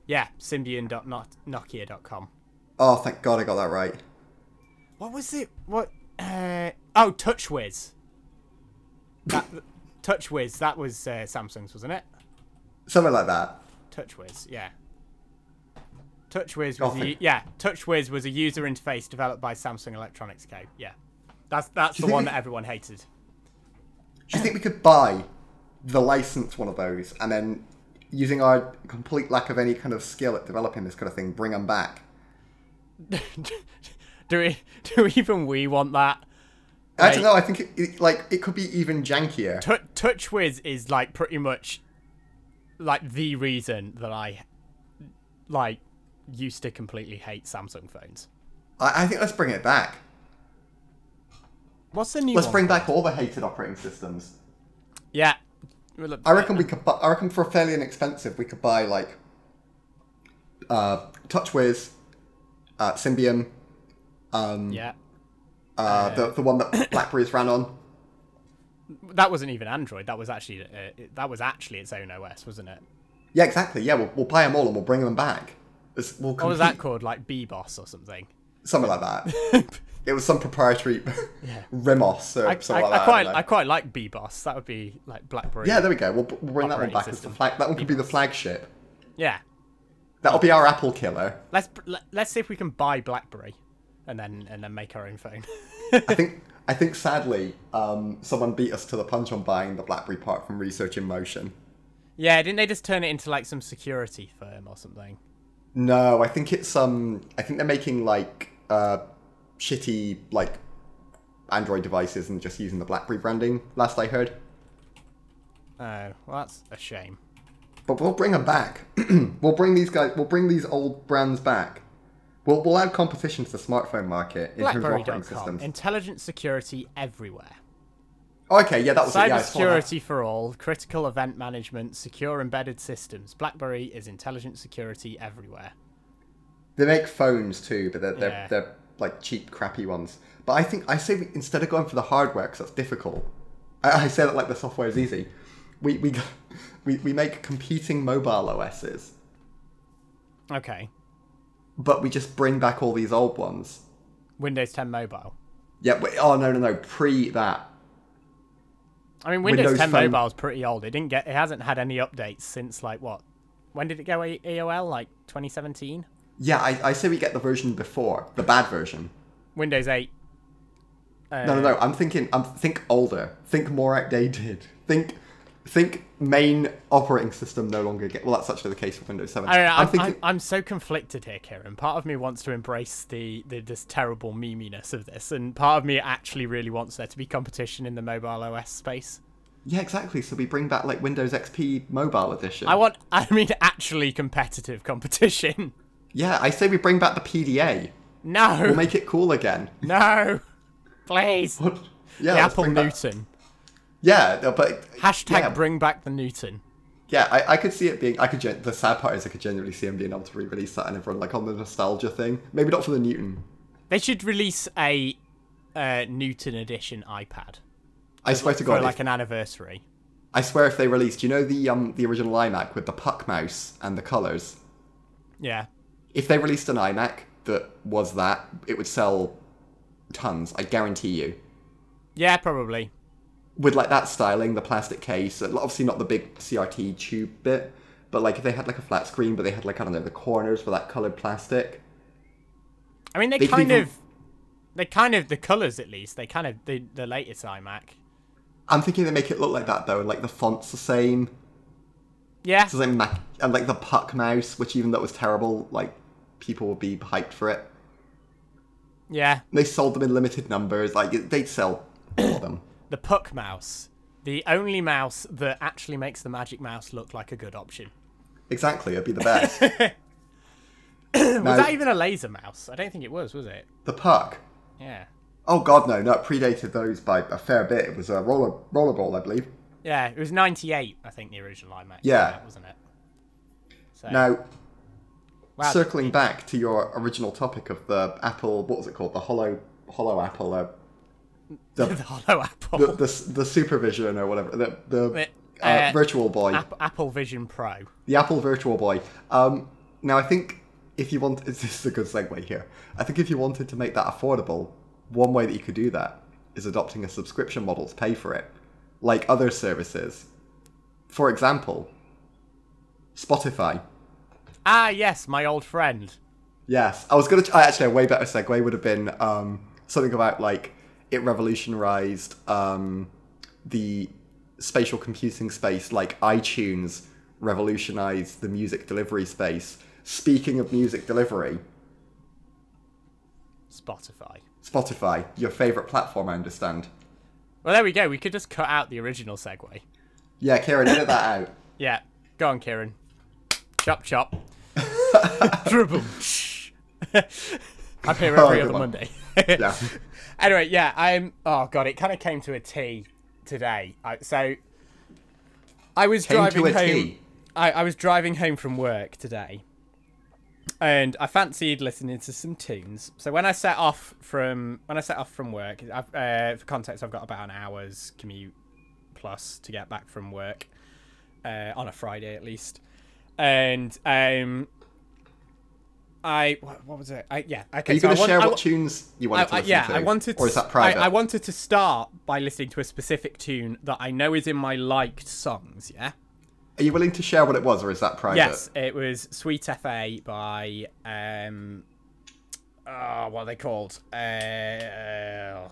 yeah. Symbian.nokia.com. Oh, thank God I got that right. What was it? What? Uh, oh, TouchWiz. That, TouchWiz. That was uh, Samsung's, wasn't it? Something like that. TouchWiz. Yeah. TouchWiz was Nothing. a, u- yeah. TouchWiz was a user interface developed by Samsung Electronics Co. Yeah, that's that's the think one we- that everyone hated. Do you think we could buy the license one of those and then, using our complete lack of any kind of skill at developing this kind of thing, bring them back? do we? Do even we want that? I don't Right. know. I think it, it, like it could be even jankier. Tou- TouchWiz is like pretty much like the reason that I like used to completely hate Samsung phones. I, I think let's bring it back. What's the new Let's one? bring back all the hated operating systems. Yeah. Well, look, uh, I reckon we could. Bu- I reckon for fairly inexpensive, we could buy like uh, TouchWiz, uh, Symbian, um, yeah. uh, the the one that Blackberries ran on. That wasn't even Android. That was actually uh, it- that was actually its own OS, wasn't it? Yeah, exactly. Yeah, we'll, we'll buy them all and we'll bring them back. It's- We'll What was compete- Oh, that called? Like BBOS or something. something like that. it was some proprietary Remos or I, I, something like I that. I quite don't I, know. quite like BBOS. That would be like BlackBerry. yeah, there we go. We'll, we'll bring that one Operating back as the system. flag. That one could be the flagship. Yeah. That'll be our Apple killer. Let's let, let's see if we can buy BlackBerry, and then and then make our own phone. I think. I think sadly, um, someone beat us to the punch on buying the BlackBerry part from Research in Motion. yeah. Didn't they just turn it into like some security firm or something? No, I think it's um. I think they're making like uh, shitty like Android devices and just using the BlackBerry branding. Last I heard, Oh, well, that's a shame. but we'll bring them back. we'll bring these guys. We'll bring these old brands back. We'll we'll add competition to the smartphone market in terms of operating BlackBerry.com. systems. Intelligent security everywhere. Oh, okay, yeah, that was it. Yeah, I saw that. Cybersecurity for all, critical event management, secure embedded systems. BlackBerry is intelligent security everywhere. They make phones too, but they're they're, Yeah. they're like cheap, crappy ones. But I think I say we, instead of going for the hardware because that's difficult. I, I say that like the software is easy. we we we, we make competing mobile OSs, Okay. but we just bring back all these old ones. Windows 10 Mobile. Yeah. Wait, oh no no no. Pre that. I mean, Windows, Windows 10 Phone- Mobile's Mobile is pretty old. It didn't get. It hasn't had any updates since like what? When did it go A- AOL? Like 2017. Yeah, I, I say we get the version before the bad version. Windows 8. Uh, No, no, no. I'm thinking. I'm think older. Think more outdated. Think, think main operating system no longer get. Well, that's actually the case with Windows Seven. I don't know, I'm, I'm I'm, thinking. I'm, so conflicted here, Kieran. Part of me wants to embrace the, the this terrible meminess of this, and part of me actually really wants there to be competition in the mobile OS space. yeah, exactly. So we bring back like Windows XP Mobile Edition. I want, I mean, actually competitive competition. yeah, I say we bring back the PDA. No, Make it cool again. no, please. What? the Yeah, let's Apple bring back- Newton. Yeah, no, but Hashtag yeah, bring back the Newton. Yeah, I, I could see it being. I could. Gen- the sad part is, I could genuinely see them being able to re-release that and everyone like on the nostalgia thing. Maybe not for the Newton. They should release a uh, Newton edition iPad I swear to for God, like if, an anniversary. I swear if they released, you know the um the original iMac with the puck mouse and the colors. Yeah. If they released an iMac that was that, it would sell tons. I guarantee you. Yeah, probably. With like that styling, the plastic case, and obviously not the big CRT tube bit, but like if they had like a flat screen, but they had like I don't know the corners for that colored plastic. I mean, they, They could kind even- of, they kind of the colors at least. They kind of the the latest iMac. I'm thinking they make it look like that though, and like the font's the same. Yeah, It's like Mac- and like the puck mouse, which even though it was terrible, like people would be hyped for it. yeah. They sold them in limited numbers. Like it- they'd sell all of them. The Puck mouse, the only mouse that actually makes the Magic Mouse look like a good option. Exactly, it'd be the best. Was now, that even a laser mouse? I don't think it was. Was it? the puck. Yeah. Oh god, no, no, it predated those by a fair bit. It was a roller rollerball, I believe. Yeah, it was '98. I think the original iMac. came Yeah. out, wasn't it? So, Now, wow, circling back to your original topic of the Apple, what was it called? The Hollow Hollow Apple, uh, the hollow Apple, the, the the supervision or whatever, the the The, uh, uh, Virtual Boy. App- Apple Vision Pro. The Apple Virtual Boy. Um, now, I think if you want, this is a good segue here. I think if you wanted to make that affordable, one way that you could do that is adopting a subscription model to pay for it, like other services. For example, Spotify. Ah, yes, my old friend. Yes, I was gonna. I actually, a way better segue would have been um, something about like it revolutionized um, the spatial computing space, like iTunes revolutionized the music delivery space. Speaking of music delivery, Spotify. Spotify, your favorite platform, I understand. Well, there we go. We could just cut out the original segue. Yeah, Kieran, edit that out. Yeah, go on, Kieran. Chop chop. Dribble. I'm here Oh, every good other one. Monday. Yeah, Anyway, yeah, I'm. Oh god, it kind of came to a T today. I, so I was Came to driving a home. T. I, I was driving home from work today, and I fancied listening to some tunes. So when I set off from when I set off from work, I've, uh, for context, I've got about an hour's commute plus to get back from work uh, on a Friday at least, and um. I what, what was it? I, yeah, okay. Are you so I gonna want- share I what wa- tunes you I, wanted to I- listen yeah, to? I wanted. To, Or is that s- private? I, I wanted to start by listening to a specific tune that I know is in my liked songs. Yeah. Are you willing to share what it was, or is that private? Yes, it was "Sweet FA" by um, oh, what are they called? Uh,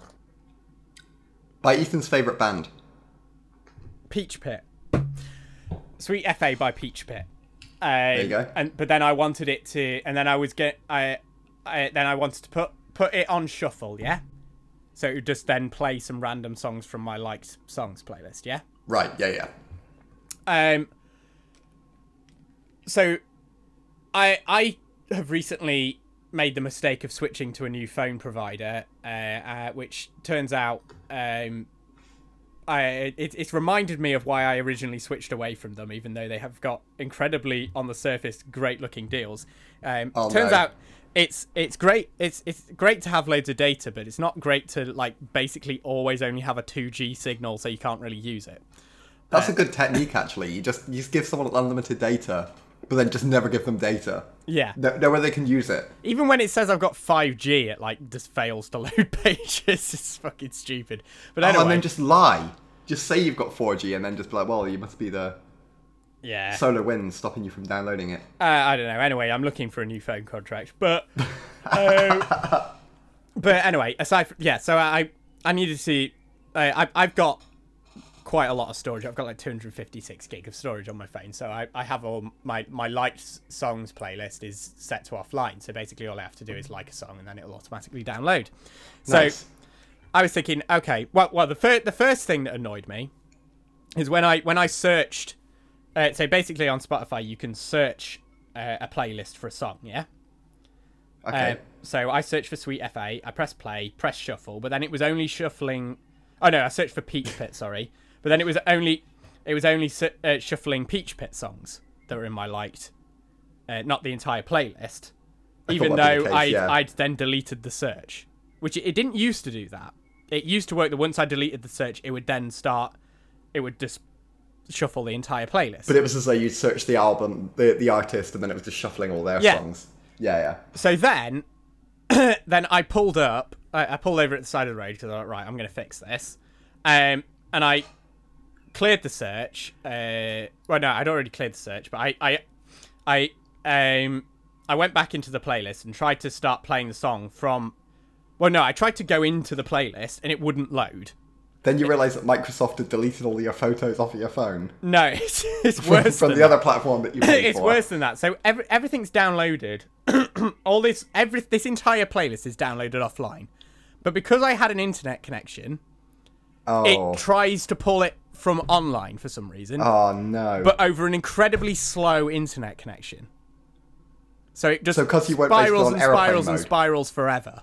By Ethan's favorite band. Peach Pit. Sweet FA by Peach Pit. Um, there you go. And but then I wanted it to, and then I was get, I, I then I wanted to put put it on shuffle. Yeah. So it would just then play some random songs from my liked songs playlist. Yeah. Right. Yeah. Yeah. Um. So, I I have recently made the mistake of switching to a new phone provider, uh, uh, which turns out um, I it, it's reminded me of why I originally switched away from them, even though they have got incredibly on the surface great looking deals. Um, Oh, turns no. out it's it's great it's it's great to have loads of data, but it's not great to like basically always only have a two G signal, so you can't really use it. That's a good technique, actually. You just you just give someone unlimited data, but then just never give them data. Yeah. No, nowhere they can use it. Even when it says I've got 5G, it like just fails to load pages. It's fucking stupid. But anyway, Oh, and then just lie. Just say you've got 4G, and then just be like, well, you must be the yeah. solar wind stopping you from downloading it. uh, I don't know. Anyway, I'm looking for a new phone contract, but uh, but anyway, aside from yeah, so I I needed to see. I I I've got quite a lot of storage. I've got like 256 gig of storage on my phone, so I, I have all my my liked s- songs playlist is set to offline. So basically, all I have to do is like a song, and then it'll automatically download. So Nice. I was thinking, okay, well, well, the first the first thing that annoyed me is when I when I searched. Uh, so basically, on Spotify, you can search uh, a playlist for a song. Yeah. Okay. Uh, so I searched for Sweet FA. I press play, press shuffle, but then it was only shuffling. Oh no, I searched for Peach Pit. Sorry, but then it was only it was only su- uh, shuffling Peach Pit songs that were in my liked, uh, not the entire playlist. Even that'd though be the case, I yeah. I'd then deleted the search, which it, it didn't used to do that. It used to work that once I deleted the search, it would then start. It would just shuffle the entire playlist. but it was as though you'd search the album, the, the artist, and then it was just shuffling all their Yeah. songs. Yeah, yeah. so then then I pulled up. I, I pulled over at the side of the road because I thought, right, I'm going to fix this. Um, and I cleared the search. Uh, well, no, I'd already cleared the search, but I, I, I, um, I went back into the playlist and tried to start playing the song from. Well, no, I tried to go into the playlist and it wouldn't load. Then you realise that Microsoft had deleted all your photos off of your phone No, it's, it's worse from than the other platform that you paid it's for. worse than that. So every, everything's downloaded. All this, every this entire playlist is downloaded offline, but because I had an internet connection, Oh, it tries to pull it from online for some reason, oh no. but over an incredibly slow internet connection. So it just So 'cause you weren't basically spirals on and aeroplane spirals and mode. spirals forever,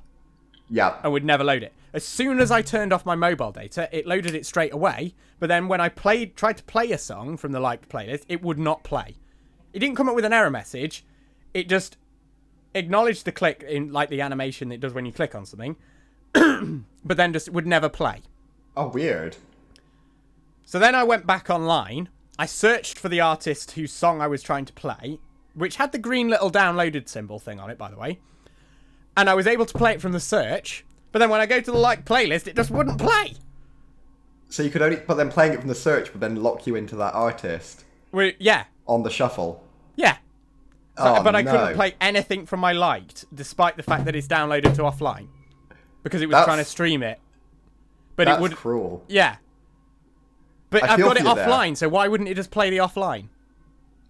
yeah. and would never load it. As soon as I turned off my mobile data, it loaded it straight away. But then when I played, tried to play a song from the liked playlist, it would not play. It didn't come up with an error message. It just acknowledged the click in like the animation that it does when you click on something, but then just would never play. Oh, weird. So then I went back online. I searched for the artist whose song I was trying to play, which had the green little downloaded symbol thing on it, by the way. And I was able to play it from the search. But then when I go to the like playlist, it just wouldn't play. So you could only, but then playing it from the search would then lock you into that artist We- yeah, on the shuffle. yeah. Oh, but I no. couldn't play anything from my liked, despite the fact that it's downloaded to offline, because it was That's- trying to stream it. But That's it would, cruel. yeah. But I I've feel got it for you there. offline, so why wouldn't it just play the offline?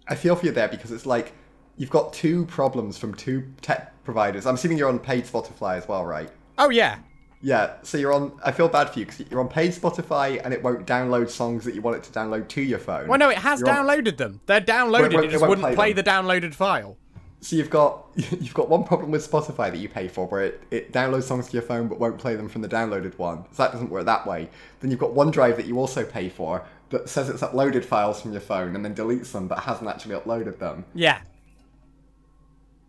I feel for you there because it's like you've got two problems from two tech providers. I'm assuming you're on paid Spotify as well, right? Oh yeah, Yeah. So you're on. I feel bad for you because you're on paid Spotify and it won't download songs that you want it to download to your phone. Well, no, it has You're on- downloaded them. They're downloaded. it won't- it just won't wouldn't play, play the them. downloaded file. So you've got you've got one problem with Spotify that you pay for, where it, it downloads songs to your phone but won't play them from the downloaded one. So that doesn't work that way. Then you've got OneDrive that you also pay for that says it's uploaded files from your phone and then deletes them but hasn't actually uploaded them. Yeah.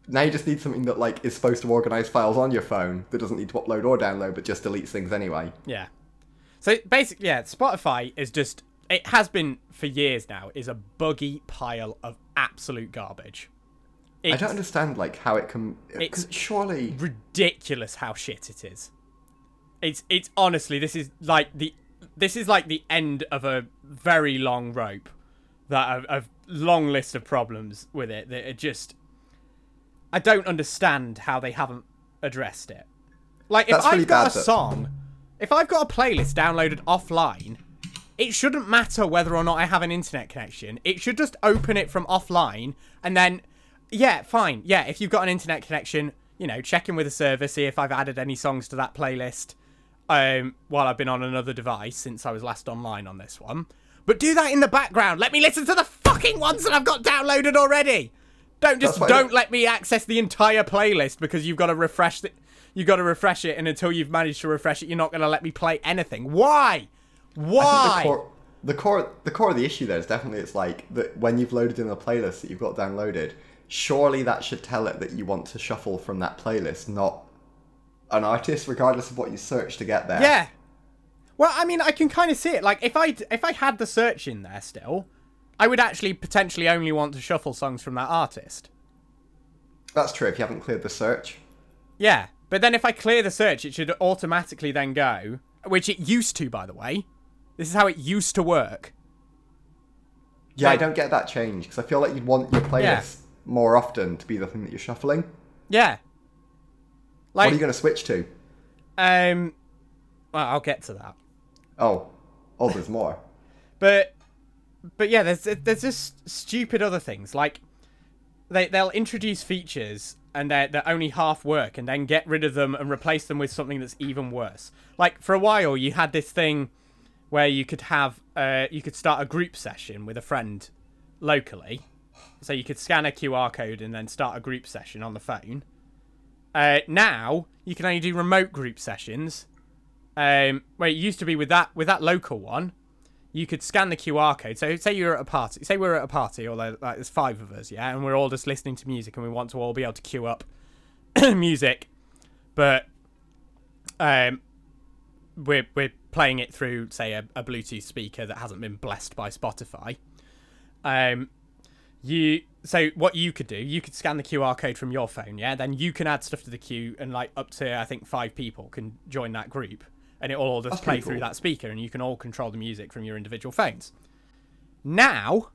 Now you just need something that like is supposed to organize files on your phone that doesn't need to upload or download but just deletes things anyway. Yeah. So basically, yeah, Spotify is just, it has been for years now, is a buggy pile of absolute garbage. It's I don't understand like how it can. 'cause It's- surely ridiculous how shit it is. It's, it's honestly, this is like the, this is like the end of a very long rope that of, of long list of problems with it that are just, I don't understand how they haven't addressed it. Like if That's really I've got bad a that- song, if I've got a playlist downloaded offline, it shouldn't matter whether or not I have an internet connection. It should just open it from offline and then yeah, fine. Yeah, if you've got an internet connection, you know, check in with the server, see if I've added any songs to that playlist um while I've been on another device since I was last online on this one. But do that in the background. Let me listen to the fucking ones that I've got downloaded already. Don't just That's what I- don't let me access the entire playlist because you've got to refresh the, you've got to refresh it, and until you've managed to refresh it, you're not going to let me play anything. Why? the Why? core, the core, the core of the issue there is definitely it's like that when you've loaded in a playlist that you've got downloaded. Surely that should tell it that you want to shuffle from that playlist, not an artist, regardless of what you search to get there. yeah. Well, I mean, I can kind of see it. Like, if I if I had the search in there still, I would actually potentially only want to shuffle songs from that artist. That's true if you haven't cleared the search. Yeah, but then if I clear the search, it should automatically then go, which it used to, by the way. This is how it used to work. Yeah, I Like- don't get that change because I feel like you'd want your playlist Yeah. more often to be the thing that you're shuffling. Yeah. what are Like, you going to switch to? um, well, I'll get to that. Oh, oh, there's more. but but yeah there's there's just stupid other things like they they'll introduce features and they're, they're only half work and then get rid of them and replace them with something that's even worse like for a while you had this thing where you could have uh, you could start a group session with a friend locally so you could scan a qr code and then start a group session on the phone uh, now you can only do remote group sessions um, where it used to be with that with that local one you could scan the QR code. So say you're at a party. Say we're at a party, although like there's five of us, yeah, and we're all just listening to music, and we want to all be able to queue up music, but um, we're we're playing it through say a, a Bluetooth speaker that hasn't been blessed by Spotify. Um, you so what you could do, you could scan the QR code from your phone, yeah. Then you can add stuff to the queue, and like up to I think five people can join that group, and it will all just That's play pretty through cool. that speaker, and you can all control the music from your individual phones. Now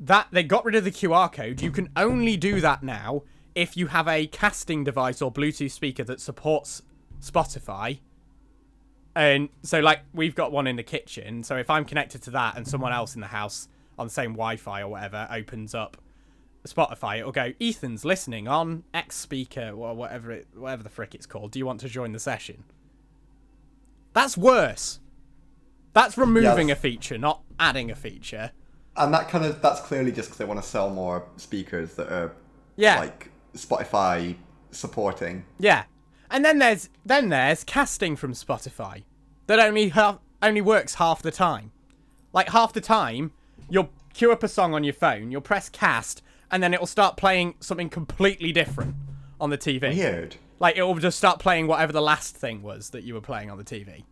that they got rid of the QR code, you can only do that now if you have a casting device or Bluetooth speaker that supports Spotify. And so, like, we've got one in the kitchen. So if I'm connected to that and someone else in the house on the same Wi-Fi or whatever opens up Spotify, it'll go, "Ethan's listening on X speaker or whatever it, whatever the frick it's called. Do you want to join the session?" That's worse. That's removing that's- a feature, not adding a feature. And that kind of that's clearly just because they want to sell more speakers that are Yeah. like Spotify supporting. Yeah, and then there's then there's casting from Spotify that only half, only works half the time. Like half the time, you'll queue up a song on your phone, you'll press cast, and then it'll start playing something completely different on the TV. Weird. Like it'll just start playing whatever the last thing was that you were playing on the TV,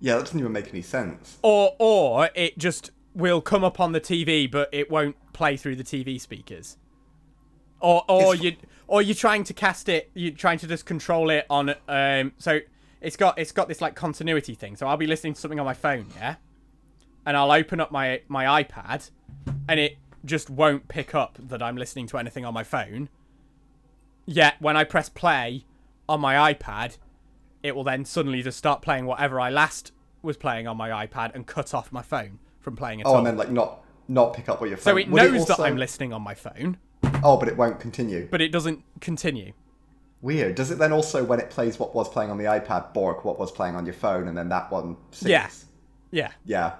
Yeah, that doesn't even make any sense. or or it just will come up on the TV, but it won't play through the TV speakers. or or It's- you or you're trying to cast it you're trying to just control it on um so it's got it's got this like continuity thing so i'll be listening to something on my phone yeah and i'll open up my my ipad and it just won't pick up that i'm listening to anything on my phone yet when i press play on my ipad it will then suddenly just start playing whatever i last was playing on my ipad and cut off my phone from playing at Oh, all and then like not not pick up what you're. so it knows that i'm listening on my phone Oh, but it won't continue. but it doesn't continue Weird. Does it then also, when it plays what was playing on the iPad, bork what was playing on your phone, and then that one? Sings? Yeah. yeah Yeah.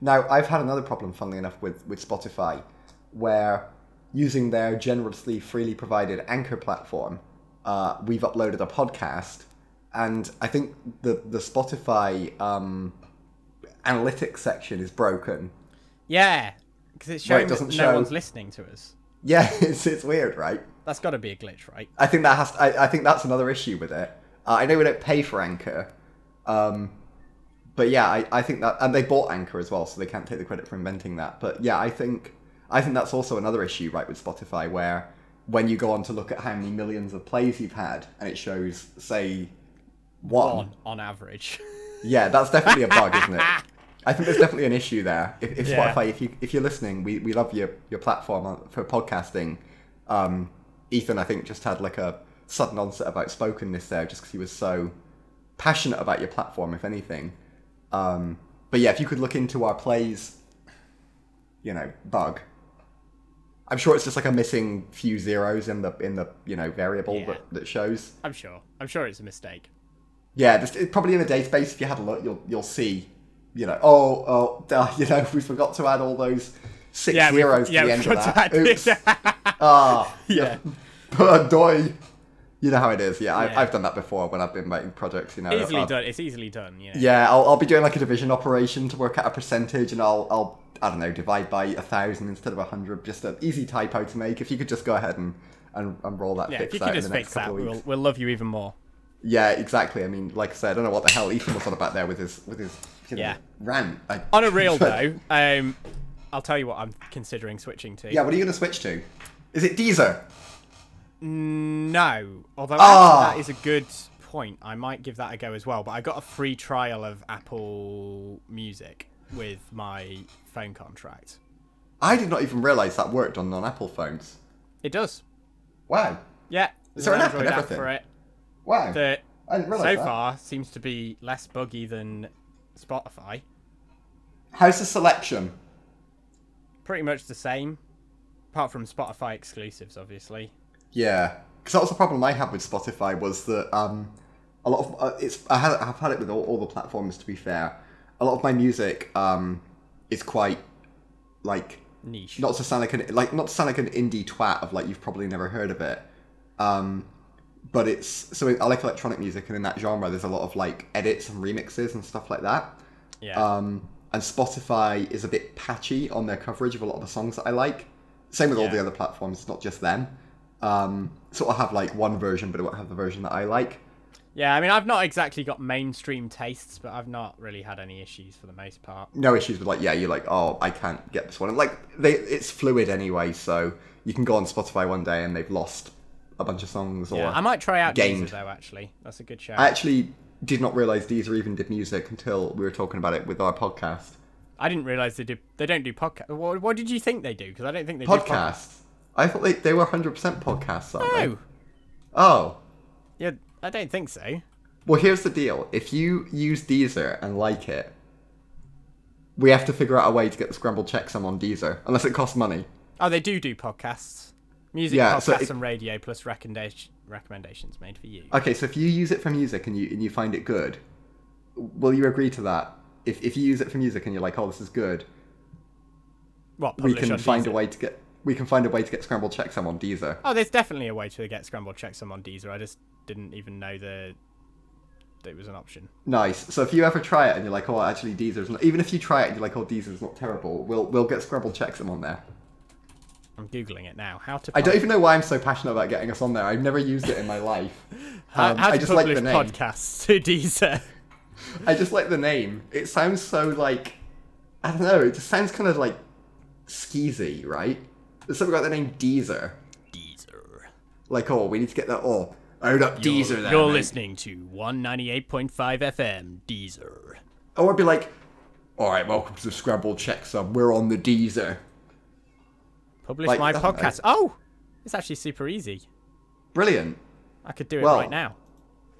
Now I've had another problem, funnily enough, with with Spotify, where using their generously freely provided Anchor platform, uh, we've uploaded a podcast, and I think the the Spotify um, analytics section is broken. Yeah, because it's Where it showing that doesn't no show- one's listening to us. Yeah, it's it's weird, right? That's got to be a glitch, right? I think that has. I, I think that's another issue with it. Uh, I know we don't pay for Anchor, um, but yeah, I, I think that, and they bought Anchor as well, so they can't take the credit for inventing that. But yeah, I think I think that's also another issue, right, with Spotify, where when you go on to look at how many millions of plays you've had, and it shows, say, one. On on average. Yeah, that's definitely a bug, isn't it? I think there's definitely an issue there. If, if Yeah. Spotify, if you if you're listening, we, we love your your platform on- for podcasting. Um, Ethan, I think, just had like a sudden onset about spokenness there, just because he was so passionate about your platform. If anything, um, but yeah, if you could look into our plays, you know, bug. I'm sure it's just like a missing few zeros in the in the you know variable Yeah. that, that shows. I'm sure. I'm sure it's a mistake. Yeah, just it, probably in the database. If you had a look, you'll you'll see. You know, oh, oh, duh, you know, we forgot to add all those six Yeah, we- zeros to yeah, the we end of forgot that. to add Oops. this. Ah, Yeah. but doy. You know how it is. Yeah, I, Yeah. I've done that before when I've been making projects. You know, Easily I'll- done. It's easily done. Yeah. uh, Yeah, I'll, I'll be doing like a division operation to work out a percentage, and I'll I'll I don't know divide by a thousand instead of a hundred. Just an easy typo to make. If you could just go ahead and and, and roll that Yeah, fix if you out can in the just next fix that, couple of we'll weeks. we'll love you even more. Yeah, exactly. I mean, like I said, I don't know what the hell Ethan was on about there with his with his you know, Yeah. rant. I- On a reel though, um, I'll tell you what I'm considering switching to. yeah, what are you going to switch to? Is it Deezer? No, although Ah. actually that is a good point. I might give that a go as well. But I got a free trial of Apple Music with my phone contract. I did not even realize that worked on non-Apple phones. It does. Wow. Yeah. There's there an an app and Android app everything? for it. Wow. That I didn't realize so that. far seems to be less buggy than Spotify. How's the selection? Pretty much the same, apart from Spotify exclusives, obviously. Yeah, because that was the problem I had with Spotify was that um, a lot of uh, it's I had I've had it with all, all the platforms. To be fair, a lot of my music um, is quite like Niche. not to sound like an like not to sound like an indie twat of like you've probably never heard of it. Um, but it's so I like electronic music, and in that genre, there's a lot of like edits and remixes and stuff like that. yeah. Um, and Spotify is a bit patchy on their coverage of a lot of the songs that I like. Same with all Yeah. the other platforms, it's not just them. Um, so I'll have like one version, but it won't have the version that I like. yeah, I mean, I've not exactly got mainstream tastes, but I've not really had any issues for the most part. No issues with like, yeah, you're like, oh, I can't get this one. And like, they, it's fluid anyway, so you can go on Spotify one day and they've lost a bunch of songs. Or Yeah, I might try out gained. Deezer though. Actually, that's a good show. I I, actually did not realize Deezer even did music until we were talking about it with our podcast. didn't realize they do. They don't do podcast. What, what did you think they do? Because I don't think they do podcasts. Podcasts. I thought they, they were 100% podcasts, aren't they? No, Oh. yeah, I don't think so. Well, here's the deal. If you use Deezer and like it, we have to figure out a way to get the scrambled checksum on Deezer, unless it costs money. Oh, they do do podcasts, music Yeah, podcasts so it- and radio, plus recommendation recommendations made for you. Okay, so if you use it for music and you and you find it good, will you agree to that? If if you use it for music and you're like, oh, this is good, what we publish can on find a Deezer? way to get we can find a way to get scrambled checksum on Deezer. Oh, there's definitely a way to get scrambled checksum on Deezer. I just didn't even know the that it was an option. Nice. So if you ever try it and you're like, oh, actually Deezer's not, even if you try it and you're like, oh, Deezer's not terrible, we'll we'll get scrambled checksum on there. I'm googling it now. How to I don't pub- even know why I'm so passionate about getting us on there. I've never used it in my life. how, Um, uh, how I to just like publish the name. podcasts to Deezer. I just like the name. It sounds so like I don't know. It just sounds kind of like skeezy, right? There's something about the name Deezer. Deezer. Like, oh, we need to get that. Oh, own up Deezer. There, You're mate. listening to 198.5 FM Deezer. Or I'd be like, all right, welcome to the Scramble Checksum. We're on the Deezer. Publish Like, uh, my I don't know. podcast. Oh, it's actually super easy. Brilliant, I could do it Well- right now.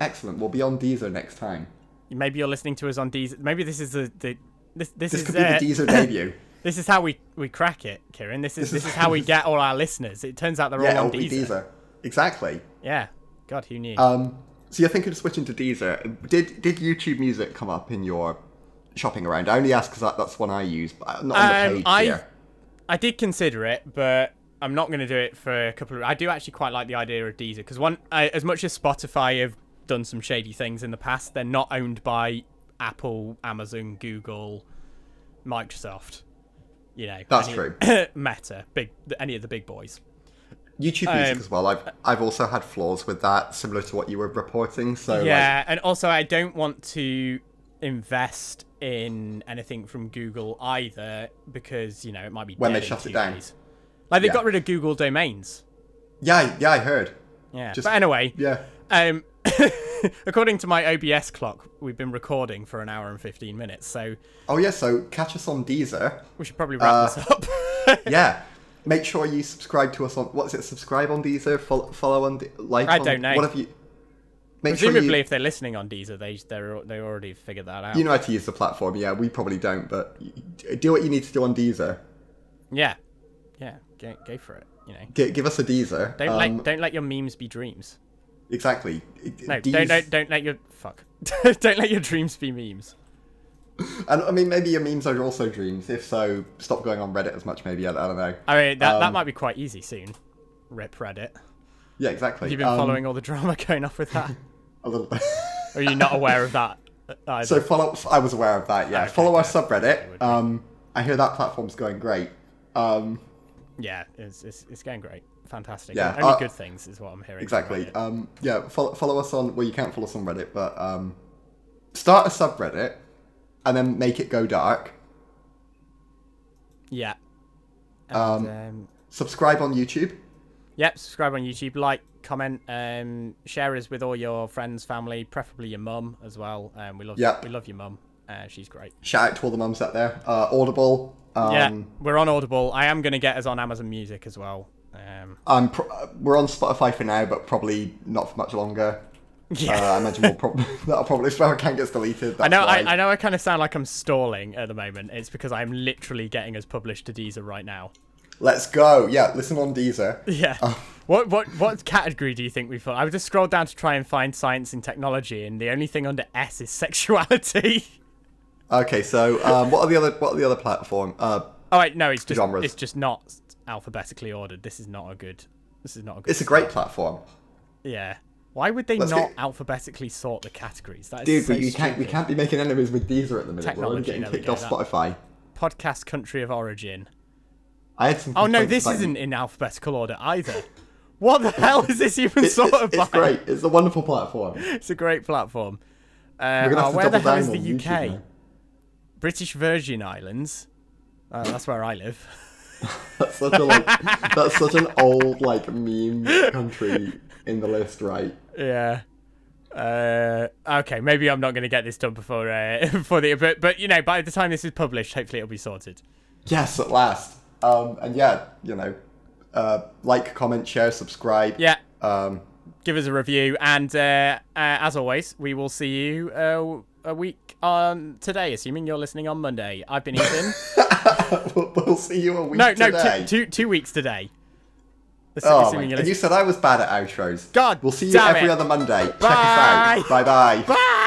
excellent. We'll be on Deezer next time. Maybe you're listening to us on Deezer. Maybe this is the, the this this, This is could uh, be the Deezer debut. this is how we we crack it, Kieran. This is this, This is- is how we get all our listeners. It turns out they're Yeah, all it'll on be Deezer. Deezer. Exactly. Yeah. God, who knew? Um, so you're thinking of switching to Deezer. Did did YouTube Music come up in your shopping around? I only ask because that, that's one I use, but not on the Um, page I- here. I did consider it, but I'm not going to do it for a couple of. I do actually quite like the idea of Deezer because one, I, as much as Spotify have done some shady things in the past, they're not owned by Apple, Amazon, Google, Microsoft. You know, That's any- true. Meta, big, any of the big boys. YouTube Music Um, as well. I've I've also had flaws with that, similar to what you were reporting. So like, yeah, and also I don't want to invest in anything from Google either because you know it might be When dead they in shut it two down. days. Like they Yeah. got rid of Google domains. yeah, I- yeah, I heard. Yeah, Just- but anyway, Yeah, Um, according to my OBS clock, we've been recording for an hour and 15 minutes, so Oh yeah, so catch us on Deezer. we should probably wrap this up. Uh, Yeah. Make sure you subscribe to us on what's it? Subscribe on Deezer, follow, follow on, De- like. I on, don't know. What have you? Make Presumably, sure you, if they're listening on Deezer, they they're, they already figured that out. you know how to use the platform. Yeah, we probably don't, but y- do what you need to do on Deezer. yeah, yeah, go, go for it. You know, G- give us a Deezer. don't Um, let don't let your memes be dreams. Exactly. No, Deez- don't, don't don't let your fuck. don't let your dreams be memes. And I mean, maybe your memes are also dreams. If so, stop going on Reddit as much. Maybe I, I don't know. I mean, that Um, that might be quite easy soon. Rip Reddit. Yeah, exactly. You've been Um, following all the drama going off with that, a little bit. or are you not aware of that? uh, Either? so follow. I was aware of that. Yeah, Okay, follow our good. subreddit. Um, I hear that platform's going great. Um, Yeah, it's it's, it's going great. Fantastic. Yeah, Only uh, good things is what I'm hearing. from Exactly. Reddit. Um, yeah, follow, follow us on, well, you can't follow us on Reddit, but um, start a subreddit and then make it go dark. yeah. And, um, um, Subscribe on YouTube. Yep, subscribe on YouTube, like, comment, um, share us with all your friends, family, preferably your mum as well. Um, we love Yep. we love your mum. Uh, she's great. Shout out to all the mums out there. Uh, Audible. Um, yeah, we're on Audible. I am going to get us on Amazon Music as well. Um, I'm pro- uh, we're on Spotify for now, but probably not for much longer. yeah. Uh, I imagine we'll probably that'll probably spell account gets deleted. That's I know, why. I, I know. I kind of sound like I'm stalling at the moment. It's because I'm literally getting us published to Deezer right now. Let's go. Yeah, listen on Deezer. Yeah. Oh. What what what category do you think we fall? I just scrolled down to try and find science and technology, and the only thing under S is sexuality. Okay, so um, what are the other what are the other platform? Uh, Oh wait, no, it's just Genres. it's just not alphabetically ordered. This is not a good. This is not a good. it's a great platform, Yeah. Why would they Let's not get- alphabetically sort the categories? That is dude. so but you can't we stupid. can't be making enemies with Deezer at the minute. we're Technology, only getting there we kicked go, off that- Spotify. Podcast country of origin. I had some. Oh no, complaints this about- isn't in alphabetical order either. what the hell is this even It's, sort it's, of? it's like? great. It's a wonderful platform. We're It's a great platform. Uh, oh, gonna have to where the double hell down is the on YouTube UK? now. British Virgin Islands. Uh, that's where I live. That's such a like. that's such an old like meme country in the list, right? Yeah. Uh, okay, maybe I'm not going to get this done before uh, before the but but you know by the time this is published, hopefully it'll be sorted. Yes, at last. Um, and yeah, you know, uh, like, comment, share, subscribe. Yeah, Um, give us a review, and uh, uh, as always, we will see you uh, a week on today, assuming you're listening on Monday. I've been Ethan. we'll, we'll see you a week no, no, today. two two two weeks today. Assu- Oh, assuming my- you're and you listening- said I was bad at outros. God We'll see you damn every it. other Monday. Check us out. Bye. Bye bye. Bye.